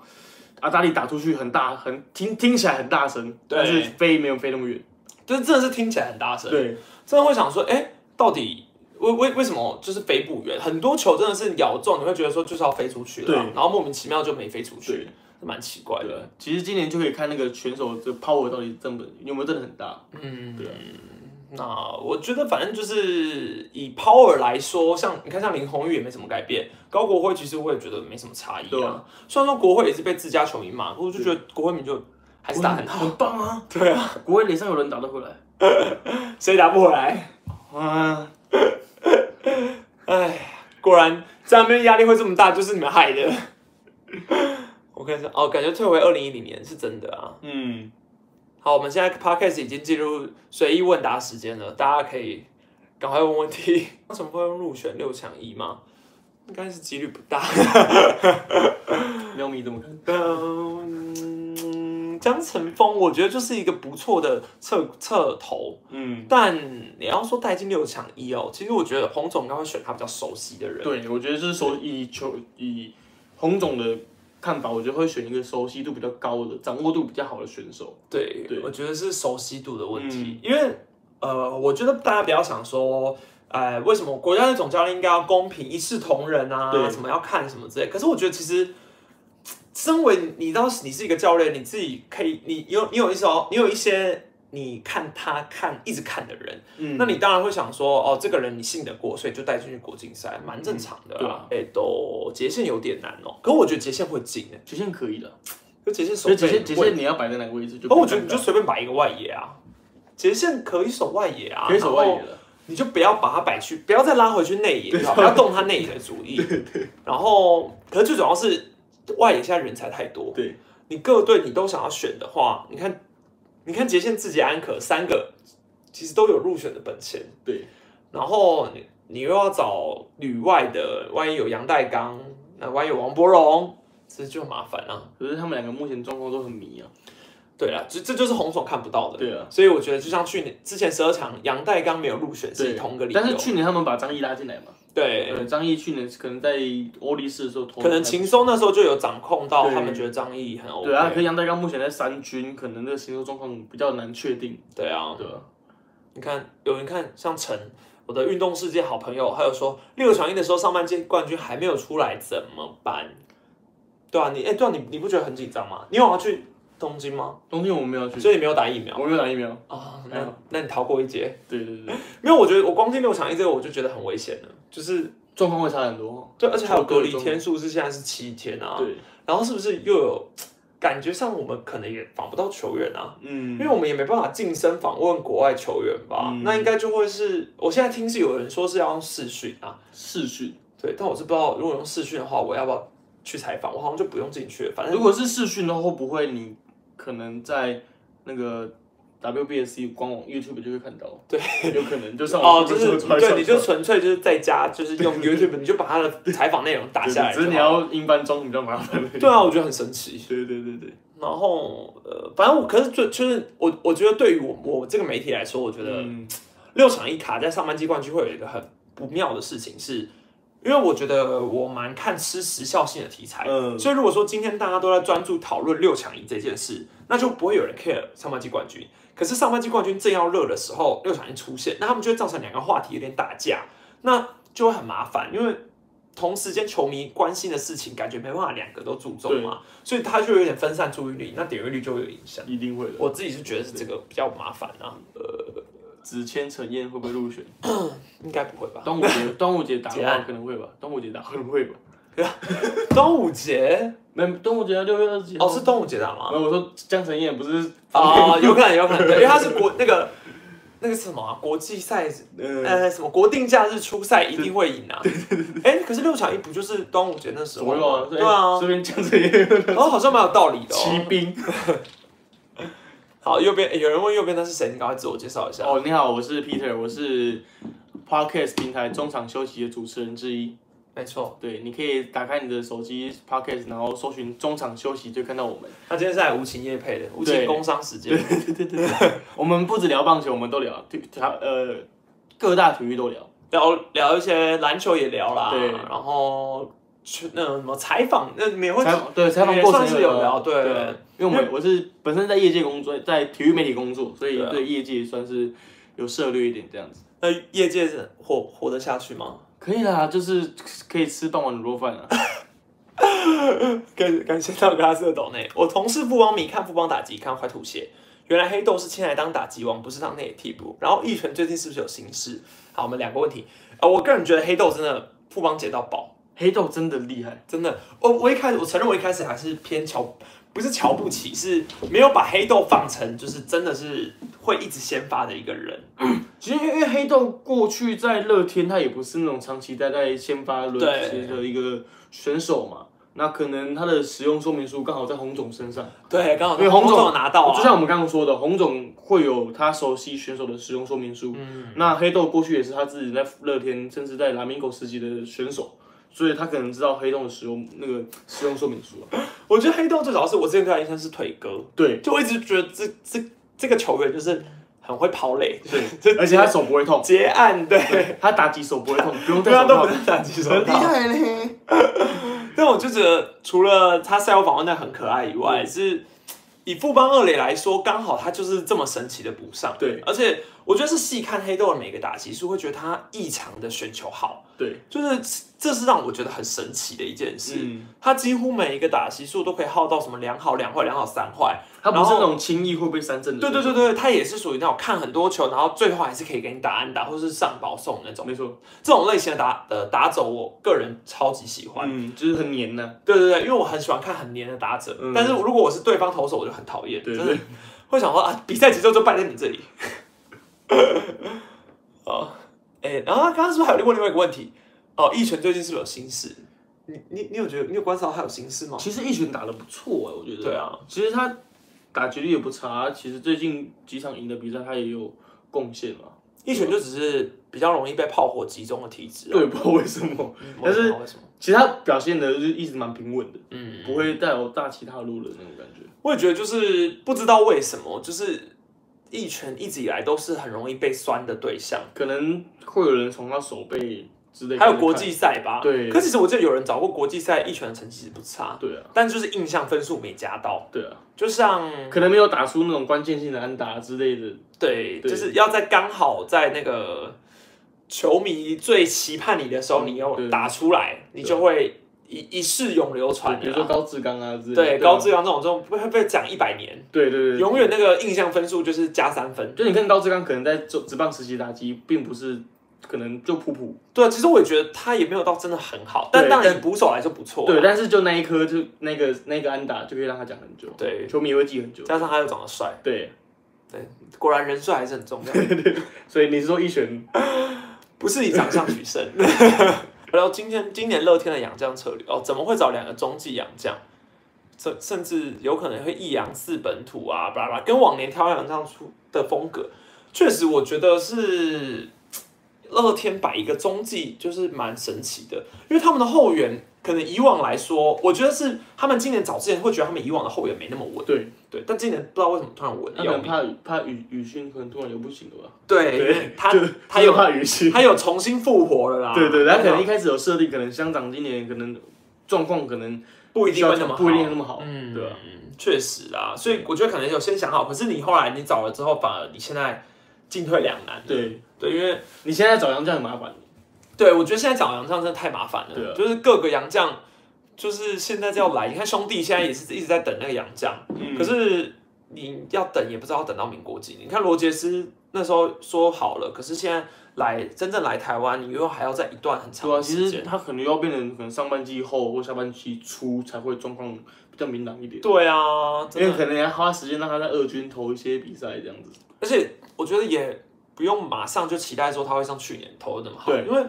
[SPEAKER 2] 阿扎利打出去很大，很听听起来很大声，但是飞没有飞那么远。
[SPEAKER 1] 就是真的是听起来很大声，
[SPEAKER 2] 对，
[SPEAKER 1] 真的会想说，哎、到底为为为什么就是飞不远？很多球真的是咬中，你会觉得说就是要飞出去了
[SPEAKER 2] 对
[SPEAKER 1] 啊，然后莫名其妙就没飞出
[SPEAKER 2] 对
[SPEAKER 1] 去，蛮奇怪
[SPEAKER 2] 对
[SPEAKER 1] 的。
[SPEAKER 2] 啊，其实今年就可以看那个选手的 power 到底真不有没有真的很大。嗯，对啊，
[SPEAKER 1] 那我觉得反正就是以 power 来说，像你看像林红玉也没什么改变，高国辉其实我也觉得没什么差异
[SPEAKER 2] 对
[SPEAKER 1] 啊
[SPEAKER 2] 啊。
[SPEAKER 1] 虽然说国会也是被自家球迷骂，我就觉得国会民就还是打很好，
[SPEAKER 2] 很棒啊！
[SPEAKER 1] 对啊，
[SPEAKER 2] 国威脸上有人打得回来。
[SPEAKER 1] 谁打不回来？
[SPEAKER 2] 啊，
[SPEAKER 1] 哎，果然在那边压力会这么大，就是你们害的。 我看一下，哦，感觉退回二零一零年是真的啊。
[SPEAKER 2] 嗯，
[SPEAKER 1] 好，我们现在 podcast 已经进入随意问答时间了，大家可以赶快问问题。 什么会入选六强一吗？应该是几率不大。
[SPEAKER 2] 喵咪怎么看？
[SPEAKER 1] 嗯，江晨峰我觉得就是一个不错的侧侧头，
[SPEAKER 2] 嗯，
[SPEAKER 1] 但你要说带进六强一哦，其实我觉得洪总应该会选他比较熟悉的人。
[SPEAKER 2] 对，我觉得就是说以球以洪总的看法，我觉得会选一个熟悉度比较高的、掌握度比较好的选手。
[SPEAKER 1] 对，
[SPEAKER 2] 对嗯
[SPEAKER 1] 我觉得是熟悉度的问题，因为呃，我觉得大家不要想说，呃，为什么国家队总教练应该要公平、一视同仁啊，
[SPEAKER 2] 对
[SPEAKER 1] 什么要看什么之类。可是我觉得其实，身为你到你是一个教练，你自己可以，你有你有一种，你有一些你看他看一直看的人，
[SPEAKER 2] 嗯
[SPEAKER 1] 那你当然会想说，哦，这个人你信得过，所以就带进去国竞赛，蛮正常的
[SPEAKER 2] 嗯对
[SPEAKER 1] 啦
[SPEAKER 2] 啊。
[SPEAKER 1] 哎、都杰线有点难哦，可我觉得杰线会进诶，
[SPEAKER 2] 极限可以的，
[SPEAKER 1] 就杰线手
[SPEAKER 2] 所以
[SPEAKER 1] 背
[SPEAKER 2] 极限
[SPEAKER 1] 很
[SPEAKER 2] 极
[SPEAKER 1] 贵
[SPEAKER 2] 限你要摆在哪个位置就
[SPEAKER 1] 哦，
[SPEAKER 2] 看
[SPEAKER 1] 我觉得你
[SPEAKER 2] 看
[SPEAKER 1] 就随便摆一个外野啊，杰线可以守外野啊，
[SPEAKER 2] 可以守外野，了。
[SPEAKER 1] 你就不要把它摆去，不要再拉回去内野，不要动他内野的主意。然后，可是最主要是外野现在人才太多，
[SPEAKER 2] 对，
[SPEAKER 1] 你各队你都想要选的话，你看，你看杰线自己安可三个其实都有入选的本钱，
[SPEAKER 2] 对，
[SPEAKER 1] 然后你你又要找旅外的，万一有杨代刚，那万一有王柏荣，这就很麻烦啊。
[SPEAKER 2] 嗯可是他们两个目前状况都很迷啊。
[SPEAKER 1] 对啊，这这就是红总看不到的。
[SPEAKER 2] 对啊，
[SPEAKER 1] 所以我觉得就像去年之前十二强，杨代刚没有入选是
[SPEAKER 2] 对，
[SPEAKER 1] 同一个理由。
[SPEAKER 2] 但是去年他们把张毅拉进来嘛，
[SPEAKER 1] 对，
[SPEAKER 2] 对，张毅去年可能在欧力士的时候投，
[SPEAKER 1] 可能秦松那时候就有掌控到，
[SPEAKER 2] 对
[SPEAKER 1] 他们觉得张毅很 OK。
[SPEAKER 2] 对啊，可是杨代刚目前在三军，可能这个新手状况比较难确定。
[SPEAKER 1] 对啊，
[SPEAKER 2] 对啊，
[SPEAKER 1] 你看有人看像陈，我的运动世界好朋友，还有说六强一的时候上半届冠军还没有出来怎么办？对啊，你哎、对啊，你你不觉得很紧张吗？你有要去东京吗？
[SPEAKER 2] 冬天我们没有去，
[SPEAKER 1] 所以你没有打疫苗
[SPEAKER 2] 我没有打疫苗。
[SPEAKER 1] 啊、
[SPEAKER 2] 没
[SPEAKER 1] 那
[SPEAKER 2] 有
[SPEAKER 1] 那你逃过一劫。
[SPEAKER 2] 对对对，
[SPEAKER 1] 没有，我觉得我光听六强一这个我就觉得很危险了，就是
[SPEAKER 2] 状况会差很多。
[SPEAKER 1] 对，而且还有隔离天数是现在是七天啊。
[SPEAKER 2] 对，
[SPEAKER 1] 然后是不是又有感觉上我们可能也访不到球员啊？因
[SPEAKER 2] 嗯
[SPEAKER 1] 为我们也没办法近身访问国外球员吧？
[SPEAKER 2] 嗯
[SPEAKER 1] 那应该就会是，我现在听是有人说是要用视讯啊，
[SPEAKER 2] 视讯，
[SPEAKER 1] 对，但我是不知道如果用视讯的话，我要不要去采访？我好像就不用进去了，反
[SPEAKER 2] 如
[SPEAKER 1] 正
[SPEAKER 2] 果是视讯的话，会不会你可能在那个 WBSC 官网 YouTube 就会看到？对， 有可能就上
[SPEAKER 1] 哦，
[SPEAKER 2] 网
[SPEAKER 1] 就是
[SPEAKER 2] 传
[SPEAKER 1] 对，你就纯
[SPEAKER 2] 传
[SPEAKER 1] 粹就是在家，就是用 YouTube，你就把他的采访内容打
[SPEAKER 2] 对
[SPEAKER 1] 下来
[SPEAKER 2] 只是
[SPEAKER 1] 就
[SPEAKER 2] 你
[SPEAKER 1] 好。
[SPEAKER 2] 要英翻中比较麻 烦。
[SPEAKER 1] 对啊，我觉得很神奇。
[SPEAKER 2] 对对对对，
[SPEAKER 1] 然后呃，反正我可是就就是我我觉得对于我我这个媒体来说，我觉得
[SPEAKER 2] 嗯，
[SPEAKER 1] 六场一卡在上半季冠军会有一个很不妙的事情是，因为我觉得我蛮看吃时效性的题材，
[SPEAKER 2] 嗯
[SPEAKER 1] 所以如果说今天大家都在专注讨论六强一这件事，那就不会有人 care 上半季冠军。可是上半季冠军正要热的时候，六强一出现，那他们就会造成两个话题有点打架，那就会很麻烦，因为同时间球迷关心的事情，感觉没办法两个都注重嘛，所以他就有点分散注意力，那点阅率就会有影响。
[SPEAKER 2] 一定会的。
[SPEAKER 1] 我自己是觉得是这个比较麻烦啊，
[SPEAKER 2] 子谦、陈燕会不会入选？
[SPEAKER 1] 应该不会吧？
[SPEAKER 2] 端午节，端午节 打
[SPEAKER 1] 结
[SPEAKER 2] 的话
[SPEAKER 1] 案
[SPEAKER 2] 可能会吧，端午节打可能会吧。
[SPEAKER 1] 端午节
[SPEAKER 2] 没，端午节啊六月二十几号
[SPEAKER 1] 哦，是。端午节打吗？
[SPEAKER 2] 没有，我说江晨燕不是
[SPEAKER 1] 啊、有可能，有可能，对，因为它是国那个那个什么、啊、国际赛，
[SPEAKER 2] 呃，
[SPEAKER 1] 呃，什么国定假日初赛一定会赢啊。哎、可是六强一不就是端午节那时候
[SPEAKER 2] 左
[SPEAKER 1] 吗？
[SPEAKER 2] 右啊，
[SPEAKER 1] 对啊
[SPEAKER 2] 这，边江晨燕
[SPEAKER 1] 然后好像蛮有道理的、
[SPEAKER 2] 骑
[SPEAKER 1] 哦。
[SPEAKER 2] 兵。
[SPEAKER 1] 好，右边、诶有人问右边那是谁，你赶快自我介绍一下。
[SPEAKER 2] 哦，你好，我是 Peter，我是 Podcast 平台中场休息的主持人之一。哦
[SPEAKER 1] 没错，
[SPEAKER 2] 对，你可以打开你的手机 Podcast，然后搜寻中场休息，就看到我们。
[SPEAKER 1] 他今天是来无情夜配的，无情
[SPEAKER 2] 对
[SPEAKER 1] 工商时间。
[SPEAKER 2] 我们不止聊棒球，我们都聊，对，他呃各大体育都聊。
[SPEAKER 1] 聊聊一些篮球也聊啦，
[SPEAKER 2] 对
[SPEAKER 1] 然后去那什么采访，那你也会
[SPEAKER 2] 采访对采访过程
[SPEAKER 1] 也算是有聊对
[SPEAKER 2] 对，因为我们我是本身在业界工作，在体育媒体工作，所以
[SPEAKER 1] 对啊
[SPEAKER 2] 对业界算是有涉略一点这样子。
[SPEAKER 1] 那呃业界是活活得下去吗？
[SPEAKER 2] 可以啦，就是可以吃傍晚卤肉饭啊。
[SPEAKER 1] 感感谢到格拉斯的懂内，我同事不帮米看不帮打击，看快吐血。原来黑豆是签来当打击王，不是当内野替补。然后义拳最近是不是有心事？好，我们两个问题。呃，我个人觉得黑豆真的不帮解到爆，
[SPEAKER 2] 黑豆真的厉害，
[SPEAKER 1] 真的。我我一开始我承认我一开始还是偏瞧，不是瞧不起，是没有把黑豆放成就是真的是会一直先发的一个人。
[SPEAKER 2] 其实因为因为黑豆过去在乐天，他也不是那种长期待在先发轮值的一个选手嘛。那可能他的使用说明书刚好在洪总身上，
[SPEAKER 1] 对，刚好
[SPEAKER 2] 因为洪
[SPEAKER 1] 总
[SPEAKER 2] 总
[SPEAKER 1] 有拿到
[SPEAKER 2] 就
[SPEAKER 1] 啊，
[SPEAKER 2] 像我们刚刚说的，洪总会有他熟悉选手的使用说明书。
[SPEAKER 1] 嗯，
[SPEAKER 2] 那黑豆过去也是他自己在乐天，甚至在拉米狗时期的选手，所以他可能知道黑洞的使用那个使用说明书、啊。
[SPEAKER 1] 我觉得黑豆最早是我之前对他印象是腿哥，
[SPEAKER 2] 对
[SPEAKER 1] 就我一直觉得这这这个球员就是很会跑垒，
[SPEAKER 2] 对，而且他手不会痛，
[SPEAKER 1] 结案对，
[SPEAKER 2] 他打击手不会痛，不 用
[SPEAKER 1] 对啊
[SPEAKER 2] 戴手
[SPEAKER 1] 都不
[SPEAKER 2] 套，
[SPEAKER 1] 是打击手
[SPEAKER 2] 很厉
[SPEAKER 1] 套。
[SPEAKER 2] 害嘞。
[SPEAKER 1] 但我就觉得除了他赛后访问那很可爱以外，是以富邦二垒来说，刚好他就是这么神奇的补上。
[SPEAKER 2] 对，
[SPEAKER 1] 而且我觉得是细看黑豆的每个打击，是会觉得他异常的选球好，
[SPEAKER 2] 对，
[SPEAKER 1] 就是这是让我觉得很神奇的一件事。
[SPEAKER 2] 嗯，
[SPEAKER 1] 他几乎每一个打席数都可以耗到什么两好、两坏、两好、三坏，
[SPEAKER 2] 他不
[SPEAKER 1] 然
[SPEAKER 2] 是
[SPEAKER 1] 后
[SPEAKER 2] 那种轻易会被三振的。
[SPEAKER 1] 对对对，对，他也是属于那种看很多球，然后最后还是可以给你打安打或是上保送那种。
[SPEAKER 2] 没错，
[SPEAKER 1] 这种类型的打呃打走，我个人超级喜欢。
[SPEAKER 2] 嗯，就是很黏呐、
[SPEAKER 1] 对对对，因为我很喜欢看很黏的打者，
[SPEAKER 2] 嗯
[SPEAKER 1] 但是如果我是对方投手，我就很讨厌，
[SPEAKER 2] 对
[SPEAKER 1] 真的会想说啊，比赛节奏就败在你这里。 哦，哎、然后刚刚是不是还有另外另外一个问题？哦，一拳最近是不是有心事？你你你有觉得你有观察到他有心事吗？
[SPEAKER 2] 其实一拳打得不错哎、我觉得。
[SPEAKER 1] 对啊，
[SPEAKER 2] 其实他打击率也不差，啊其实最近几场赢的比赛他也有贡献嘛。
[SPEAKER 1] 一拳就只是比较容易被炮火集中的体质、啊，
[SPEAKER 2] 对，不知道为什么，
[SPEAKER 1] 嗯，
[SPEAKER 2] 但是
[SPEAKER 1] 我也不知道为什么？
[SPEAKER 2] 其实他表现的就是一直蛮平稳的。
[SPEAKER 1] 嗯，
[SPEAKER 2] 不会带有大起大落的那种感觉。
[SPEAKER 1] 我也觉得就是不知道为什么，就是一拳一直以来都是很容易被酸的对象。
[SPEAKER 2] 可能会有人从他手背之类，
[SPEAKER 1] 还有国，际赛吧。
[SPEAKER 2] 对
[SPEAKER 1] 可其实我记得有人找过国际赛一拳的成绩不差，
[SPEAKER 2] 对啊，
[SPEAKER 1] 但就是印象分数没加到。
[SPEAKER 2] 对啊，
[SPEAKER 1] 就像
[SPEAKER 2] 可能没有打出那种关键性的安打之类的。
[SPEAKER 1] 对，
[SPEAKER 2] 对
[SPEAKER 1] 就是要在刚好在那个球迷最期盼你的时候，
[SPEAKER 2] 嗯
[SPEAKER 1] 你要
[SPEAKER 2] 对
[SPEAKER 1] 打出来，你就会一一世永流传
[SPEAKER 2] 比
[SPEAKER 1] 的
[SPEAKER 2] 如说
[SPEAKER 1] 啦。
[SPEAKER 2] 高志刚啊之类的，
[SPEAKER 1] 对，高，志阳这种这种会被讲一百年，
[SPEAKER 2] 对对对，
[SPEAKER 1] 永远那个印象分数就是加三分。
[SPEAKER 2] 就你看高志刚可能在职职棒实习打击，并不是可能就普普，
[SPEAKER 1] 对，啊其实我也觉得他也没有到真的很好，但
[SPEAKER 2] 对
[SPEAKER 1] 当然
[SPEAKER 2] 但
[SPEAKER 1] 以捕手来说不错。啊
[SPEAKER 2] 对，但是就那一颗就那个那个安打就可以让他讲很久，
[SPEAKER 1] 对，
[SPEAKER 2] 球迷也会记很久。
[SPEAKER 1] 加上他又长得帅，
[SPEAKER 2] 对，
[SPEAKER 1] 果然人帅还是很重要。
[SPEAKER 2] 所以你是说一拳
[SPEAKER 1] 不是以长相取胜。 然后今天今年乐天的养将策略哦，怎么会找两个中继养将？甚甚至有可能会一养四本土啊，巴拉巴拉，跟往年挑养将出的风格，确实我觉得是乐天摆一个中继就是蛮神奇的，因为他们的后援可能以往来说，我觉得是他们今年找之前会觉得他们以往的后援没那么稳，
[SPEAKER 2] 对，
[SPEAKER 1] 对，但今年不知道为什么突然稳
[SPEAKER 2] 他
[SPEAKER 1] 了
[SPEAKER 2] 可
[SPEAKER 1] 要
[SPEAKER 2] 能
[SPEAKER 1] 命，
[SPEAKER 2] 怕怕雨雨训可能突然流不行了吧？
[SPEAKER 1] 对，因为 他他
[SPEAKER 2] 又
[SPEAKER 1] 有
[SPEAKER 2] 怕雨训。
[SPEAKER 1] 他有重新复活了啦，
[SPEAKER 2] 对对，他可
[SPEAKER 1] 对啊
[SPEAKER 2] 能一开始有设定，可能乡长今年可能状况可能
[SPEAKER 1] 不一定会那么好，
[SPEAKER 2] 不一定那么好，
[SPEAKER 1] 嗯，
[SPEAKER 2] 对啊，
[SPEAKER 1] 确实啦，所以我觉得可能有先想好，可是你后来你找了之后，反而你现在进退两难。
[SPEAKER 2] 对，
[SPEAKER 1] 对，因为
[SPEAKER 2] 你现在找杨绛很麻烦，
[SPEAKER 1] 对我觉得现在找洋将真的太麻烦了，
[SPEAKER 2] 对啊
[SPEAKER 1] 就是各个洋将就是现在就要来，你看兄弟现在也是一直在等那个洋将，
[SPEAKER 2] 嗯
[SPEAKER 1] 可是你要等也不知道要等到民国几，你看罗杰斯那时候说好了，可是现在来真正来台湾，你又还要在一段很长
[SPEAKER 2] 对啊，
[SPEAKER 1] 的
[SPEAKER 2] 其
[SPEAKER 1] 时
[SPEAKER 2] 实
[SPEAKER 1] 间。
[SPEAKER 2] 他可能要变成可能上半季后或下半季初才会状况比较明朗一点，
[SPEAKER 1] 对啊，真
[SPEAKER 2] 因
[SPEAKER 1] 的
[SPEAKER 2] 为可能要花时间让他在二军投一些比赛这样子，
[SPEAKER 1] 而且我觉得也不用马上就期待说他会像去年投的那么好，
[SPEAKER 2] 对
[SPEAKER 1] 因为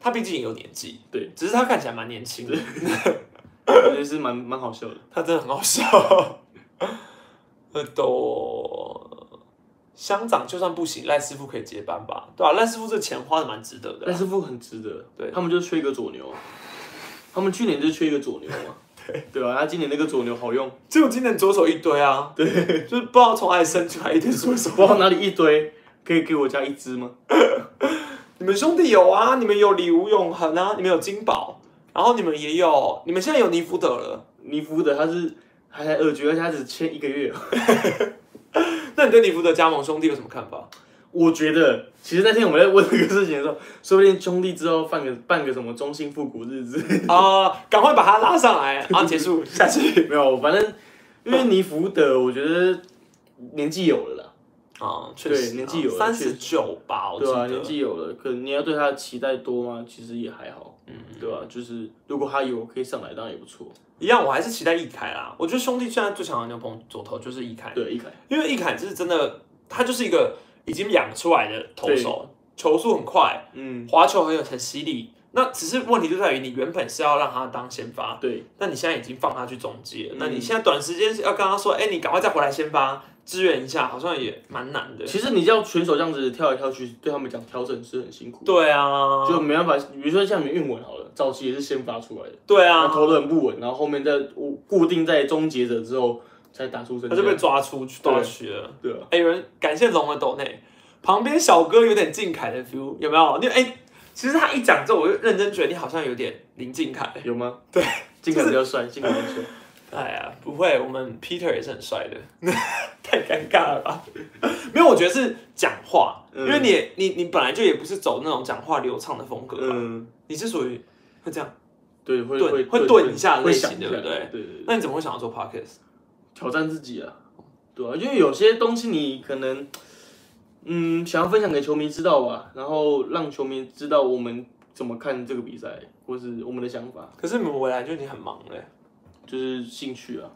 [SPEAKER 1] 他毕竟也有年纪，
[SPEAKER 2] 对，
[SPEAKER 1] 只是他看起来蛮年轻的，
[SPEAKER 2] 我觉得是蛮蛮好笑的。
[SPEAKER 1] 他真的很好笑。呃，都乡长就算不行，赖师傅可以接班吧，对吧、赖师傅这钱花的蛮值得的
[SPEAKER 2] 赖
[SPEAKER 1] 啦，
[SPEAKER 2] 师傅很值得，
[SPEAKER 1] 对
[SPEAKER 2] 他们就是缺一个左牛啊，他们去年就缺一个左牛 嘛，对对啊，那今年那个左牛好用，
[SPEAKER 1] 结果今年左手一堆啊，对，就是不知道从哪里生出来一堆左手
[SPEAKER 2] 不。知道哪里一堆，可以给我加一只吗？
[SPEAKER 1] 你们兄弟有啊，你们有李吴永恒啊，你们有金宝，然然后你们也有，你们现在有尼福德了，
[SPEAKER 2] 尼福德他是还在二局，而且他只签一个月。
[SPEAKER 1] 那你对尼福德加盟兄弟有什么看法？
[SPEAKER 2] 我觉得，其实那天我们在问这个事情的时候，说不定兄弟之后办个办个什么中信复古日子，
[SPEAKER 1] 啊，赶快把他拉上来啊！结束，下去
[SPEAKER 2] 没有，反正因为尼福德，我觉得年纪有了啦，
[SPEAKER 1] 啊，确
[SPEAKER 2] 对
[SPEAKER 1] 实啊，
[SPEAKER 2] 年纪有了
[SPEAKER 1] 三
[SPEAKER 2] 确
[SPEAKER 1] 十
[SPEAKER 2] 实
[SPEAKER 1] 九吧，我记
[SPEAKER 2] 对啊，年
[SPEAKER 1] 得。
[SPEAKER 2] 纪有了，可你要对他的期待多吗？其实也还好，嗯，对啊，就是如果他有可以上来，当然也不错。
[SPEAKER 1] 一样，我还是期待易凯啦。我觉得兄弟现在最强的牛棚左投就是易凯，
[SPEAKER 2] 对，一凯，
[SPEAKER 1] 因为易凯就是真的，他就是一个已经养出来的投手，球速很快，
[SPEAKER 2] 嗯，
[SPEAKER 1] 滑球很有很犀利。那只是问题就在于你原本是要让他当先发，
[SPEAKER 2] 对，
[SPEAKER 1] 那你现在已经放他去中介，
[SPEAKER 2] 嗯
[SPEAKER 1] 那你现在短时间要跟他说，哎、你赶快再回来先发支援一下，好像也蛮难的。
[SPEAKER 2] 其实你叫选手这样子跳来跳去，对他们讲调整是很辛苦，
[SPEAKER 1] 对啊，
[SPEAKER 2] 就没办法。比如说像你们运文好了，早期也是先发出来的。
[SPEAKER 1] 对
[SPEAKER 2] 然
[SPEAKER 1] 啊
[SPEAKER 2] 后，投的很不稳，然后后面在固固定在终结者之后才打出
[SPEAKER 1] 他
[SPEAKER 2] 身
[SPEAKER 1] 就被
[SPEAKER 2] 价。
[SPEAKER 1] 抓出去，抓去了。
[SPEAKER 2] 对啊，
[SPEAKER 1] 哎、有人感谢龙的抖内，旁边小哥有点靖凯的 feel，有没有？你哎、其实他一讲之后，我就认真觉得你好像有点林靖凯。
[SPEAKER 2] 有吗？对， 金凯比较帅，金凯比较帅。
[SPEAKER 1] 哎呀，不会，我们 Peter 也是很帅的， 太尴尬了吧？没有，我觉得是讲话，因
[SPEAKER 2] 嗯
[SPEAKER 1] 为你也你你本来就也不是走那种讲话流畅的风格吧，
[SPEAKER 2] 嗯，
[SPEAKER 1] 你是属于会这样，
[SPEAKER 2] 对，会
[SPEAKER 1] 顿
[SPEAKER 2] 会
[SPEAKER 1] 会顿一下类型对不对
[SPEAKER 2] 对？对对，
[SPEAKER 1] 那你怎么会想要做 podcast？
[SPEAKER 2] 挑战自己啊，对啊，因为有些东西你可能，嗯，想要分享给球迷知道吧，然后让球迷知道我们怎么看这个比赛，或是我们的想法，
[SPEAKER 1] 可是你们回来就已经很忙了，
[SPEAKER 2] 就是兴趣啊，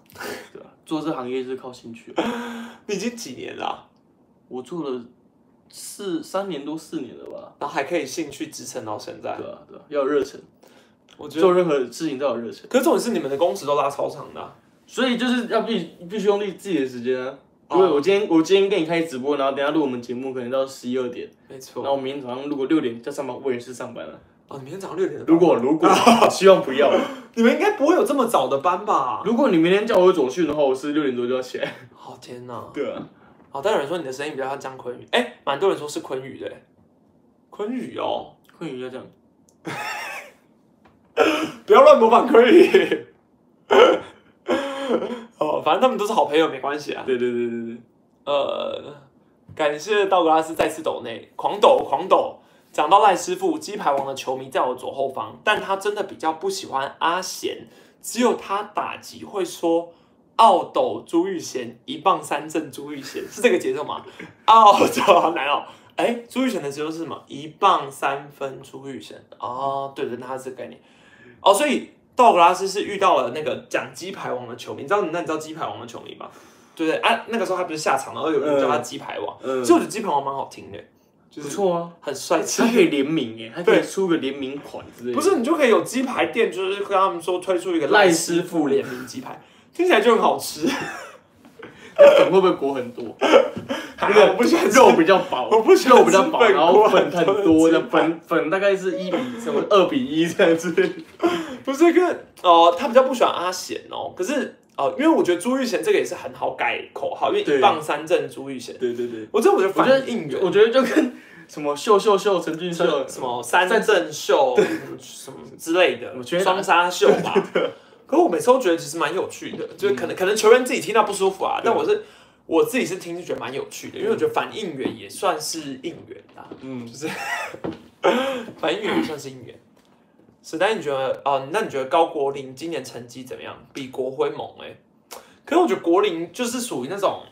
[SPEAKER 2] 对啊，做这行业就是靠兴趣啊、
[SPEAKER 1] 你已经几年了啊、
[SPEAKER 2] 我做了四三年多四年了吧，
[SPEAKER 1] 然后还可以兴趣支撑到现在，
[SPEAKER 2] 对啊，对啊，要有热忱，
[SPEAKER 1] 我觉得。
[SPEAKER 2] 做任何事情都要有热忱，
[SPEAKER 1] 可是重点是你们的工时都拉超长的啊、
[SPEAKER 2] 所以就是要必必须用利自己的时间啊。
[SPEAKER 1] 哦
[SPEAKER 2] 因为我今天我今天跟你开直播，然后等一下录我们节目，可能到十一二点，
[SPEAKER 1] 没错
[SPEAKER 2] 然。后我明天早上如果六点再上班，我也是上班了。
[SPEAKER 1] 哦，你明天早上六点的班
[SPEAKER 2] 如果如果希望不要，
[SPEAKER 1] 你们应该不会有这么早的班吧？
[SPEAKER 2] 如果你明天叫我走训的话，我是六点多就要起来。
[SPEAKER 1] 好、天哪！
[SPEAKER 2] 对啊，
[SPEAKER 1] 好，但有人说你的声音比较像姜昆宇，哎、蛮多人说是昆宇的、欸昆宇哦，
[SPEAKER 2] 困宇要这样，
[SPEAKER 1] 不要乱模仿昆宇。 哦，反正他们都是好朋友，没关系啊。
[SPEAKER 2] 对对对对对，
[SPEAKER 1] 呃，感谢道格拉斯再次抖内，狂抖狂抖。讲到赖师傅，鸡排王的球迷在我左后方，但他真的比较不喜欢阿贤，只有他打击会说澳斗朱玉贤一棒三振朱玉贤是这个节奏吗？澳斗好难哦。哎，朱玉贤的节奏是什么？一棒三分朱玉贤哦，对对，那他是这个概念哦，所以道格拉斯是遇到了那个讲鸡排王的球迷，你知道那你知道鸡排王的球迷吗？对对啊，那个时候他不是下场，然后有人叫他鸡排王，
[SPEAKER 2] 嗯
[SPEAKER 1] 所以我觉得鸡排王蛮好听的，就
[SPEAKER 2] 不
[SPEAKER 1] 是
[SPEAKER 2] 错啊，
[SPEAKER 1] 很帅气
[SPEAKER 2] 它。可以联名耶，它可以
[SPEAKER 1] 对
[SPEAKER 2] 出个联名款之类的。
[SPEAKER 1] 不是，你就可以有鸡排店，就是跟他们说推出一个
[SPEAKER 2] 赖
[SPEAKER 1] 赖
[SPEAKER 2] 师
[SPEAKER 1] 师
[SPEAKER 2] 傅
[SPEAKER 1] 傅联名鸡排，听起来就很好吃。
[SPEAKER 2] 粉会不会裹很 多？
[SPEAKER 1] 那
[SPEAKER 2] 那个
[SPEAKER 1] 我不喜欢吃
[SPEAKER 2] 肉比较薄，
[SPEAKER 1] 我不喜欢
[SPEAKER 2] 肉比较薄，
[SPEAKER 1] 吃粉
[SPEAKER 2] 然后粉
[SPEAKER 1] 锅很
[SPEAKER 2] 很
[SPEAKER 1] 多
[SPEAKER 2] 多的
[SPEAKER 1] 鸡排
[SPEAKER 2] 粉粉大概是一比什么二比一这样子。
[SPEAKER 1] 不是跟哦、他比较不喜欢阿贤哦，可是哦、因为我觉得朱玉贤这个也是很好改口号，因为
[SPEAKER 2] 对
[SPEAKER 1] 一棒三振朱玉贤，
[SPEAKER 2] 对对对，
[SPEAKER 1] 我这我觉得
[SPEAKER 2] 我觉得
[SPEAKER 1] 反应有
[SPEAKER 2] 我觉得就跟什么秀秀秀陈俊秀
[SPEAKER 1] 什么三振秀什么之类的
[SPEAKER 2] 我觉，得
[SPEAKER 1] 双杀秀吧。嗯可我每次都觉得其实蛮有趣的，就是可能可能球员自己听到不舒服啊，但我是我自己是听是觉得蛮有趣的，因为我觉得反应员也算是应援啦，
[SPEAKER 2] 嗯，
[SPEAKER 1] 反应员也算是应援。史丹，你觉得哦、那你觉得高国林今年成绩怎么样？比国辉猛哎、可是我觉得国林就是属于那种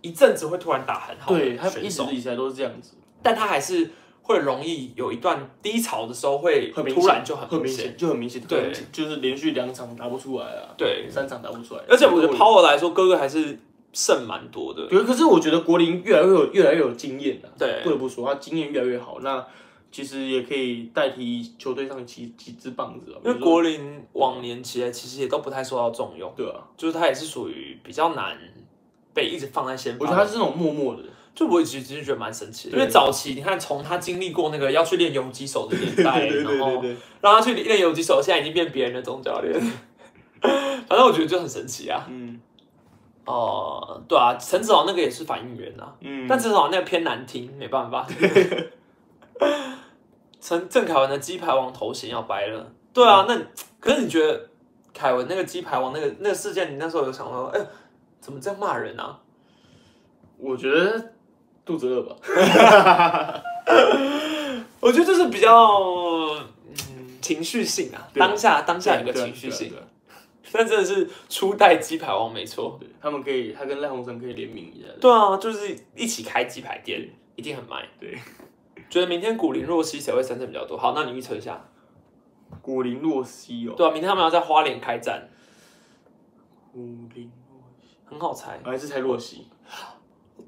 [SPEAKER 1] 一阵子会突然打很好
[SPEAKER 2] 对，
[SPEAKER 1] 的
[SPEAKER 2] 他
[SPEAKER 1] 选
[SPEAKER 2] 一直
[SPEAKER 1] 手，
[SPEAKER 2] 以来都是这样子，
[SPEAKER 1] 但他还是会容易有一段低潮的时候会
[SPEAKER 2] 很明
[SPEAKER 1] 突然就
[SPEAKER 2] 很
[SPEAKER 1] 明显。
[SPEAKER 2] 显，就很明显，
[SPEAKER 1] 对
[SPEAKER 2] 可能就是连续两场打不出来啊，
[SPEAKER 1] 对，
[SPEAKER 2] 三场打不出来。
[SPEAKER 1] 而且我觉得
[SPEAKER 2] 抛，
[SPEAKER 1] power 来说，哥哥还是剩蛮多的。
[SPEAKER 2] 对，可是我觉得国林越来越有越来越有经验了，啊
[SPEAKER 1] 对
[SPEAKER 2] 不得不说他经验越来越好。那其实也可以代替球队上几几支棒子啊，比
[SPEAKER 1] 因
[SPEAKER 2] 如
[SPEAKER 1] 为
[SPEAKER 2] 说
[SPEAKER 1] 国林往年起来其实也都不太受到重用，
[SPEAKER 2] 对啊。
[SPEAKER 1] 就是他也是属于比较难被一直放在先
[SPEAKER 2] 我
[SPEAKER 1] 发
[SPEAKER 2] 觉
[SPEAKER 1] 的。
[SPEAKER 2] 得他是那种默默的，
[SPEAKER 1] 就我其实其实觉得蛮神奇的，
[SPEAKER 2] 对
[SPEAKER 1] 因为早期你看从他经历过那个要去练游击手的年代，然后
[SPEAKER 2] 对，
[SPEAKER 1] 让他去练游击手，现在已经变别人的总教练。 反正我觉得就很神奇啊。
[SPEAKER 2] 嗯
[SPEAKER 1] 哦、对啊，陈子豪那个也是反应员啊。
[SPEAKER 2] 嗯
[SPEAKER 1] 但至少那个偏难听，没 办法。陈郑凯文的鸡排王头衔要掰了，对啊，那你可是你觉得凯文那个鸡排王那个那个事件，你那时候有想到，哎、怎么这样骂人啊？
[SPEAKER 2] 我觉得肚子饿吧，
[SPEAKER 1] 我觉得这是比较嗯情绪性啊，
[SPEAKER 2] 对
[SPEAKER 1] 当下当下有个情绪性
[SPEAKER 2] 对，啊。
[SPEAKER 1] 那真的是初代鸡排王没错。
[SPEAKER 2] 对啊对他们可以，他跟赖鸿成可以联名一下。
[SPEAKER 1] 对啊，就是一起开鸡排店，一定很卖。
[SPEAKER 2] 对，
[SPEAKER 1] 觉得明天古林若曦谁会参战比较多？好，那你预测一下。
[SPEAKER 2] 古林若曦哦，
[SPEAKER 1] 对啊，明天他们要在花莲开战，
[SPEAKER 2] 古林若曦，
[SPEAKER 1] 很好猜。
[SPEAKER 2] 还是猜若曦？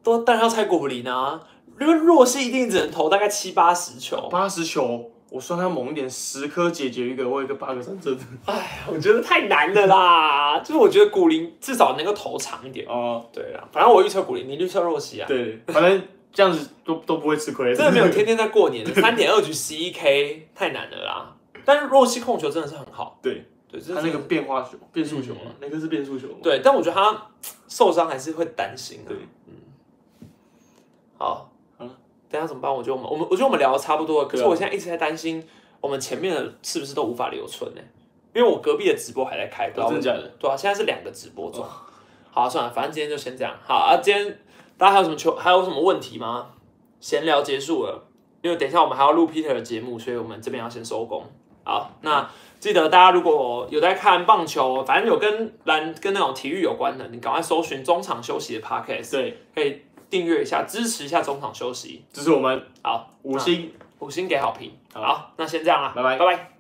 [SPEAKER 1] 都当然要猜古林啊，因为若曦一定只能投大概七八十球。
[SPEAKER 2] 八十球，我算他猛一点，十颗解决一个，我有一个八个三振。
[SPEAKER 1] 哎， 我觉得太难了啦。就是我觉得古林至少能够投长一点。
[SPEAKER 2] 哦，
[SPEAKER 1] 对啦，反正我预测古林，你预测若曦啊。
[SPEAKER 2] 对，反正这样子都都不会吃亏。
[SPEAKER 1] 真的没 有天天在过 年，三点二局十一 K 太难了啦。但是若曦控球真的是很好，
[SPEAKER 2] 对
[SPEAKER 1] 对，就是
[SPEAKER 2] 他那个变化球、变速球嘛
[SPEAKER 1] 嗯，
[SPEAKER 2] 那个是变速球嘛。
[SPEAKER 1] 对，但我觉得他受伤还是会担心、啊。
[SPEAKER 2] 对，
[SPEAKER 1] 好，
[SPEAKER 2] 好了
[SPEAKER 1] 等一下怎么办？我觉得我们我们我觉得我们聊的差不多了，可是
[SPEAKER 2] 对啊
[SPEAKER 1] 我现在一直在担心我们前面的是不是都无法留存呢、因为我隔壁的直播还在开，不知道
[SPEAKER 2] 哦真的假的？
[SPEAKER 1] 对啊，现在是两个直播中。好、啊，算了，反正今天就先这样。好啊，今天大家还有什么求还有什么问题吗？闲聊结束了，因为等一下我们还要录 Peter 的节目，所以我们这边要先收工。好，那记得大家如果有在看棒球，反正有跟篮跟那种体育有关的，你赶快搜寻中场休息的 podcast，
[SPEAKER 2] 对，
[SPEAKER 1] 可以订阅一下，支持一下中场休息。
[SPEAKER 2] 这是我们
[SPEAKER 1] 好，
[SPEAKER 2] 五星。
[SPEAKER 1] 五星给好评。
[SPEAKER 2] 好
[SPEAKER 1] 好，那先这样啦，
[SPEAKER 2] 拜拜
[SPEAKER 1] 拜拜。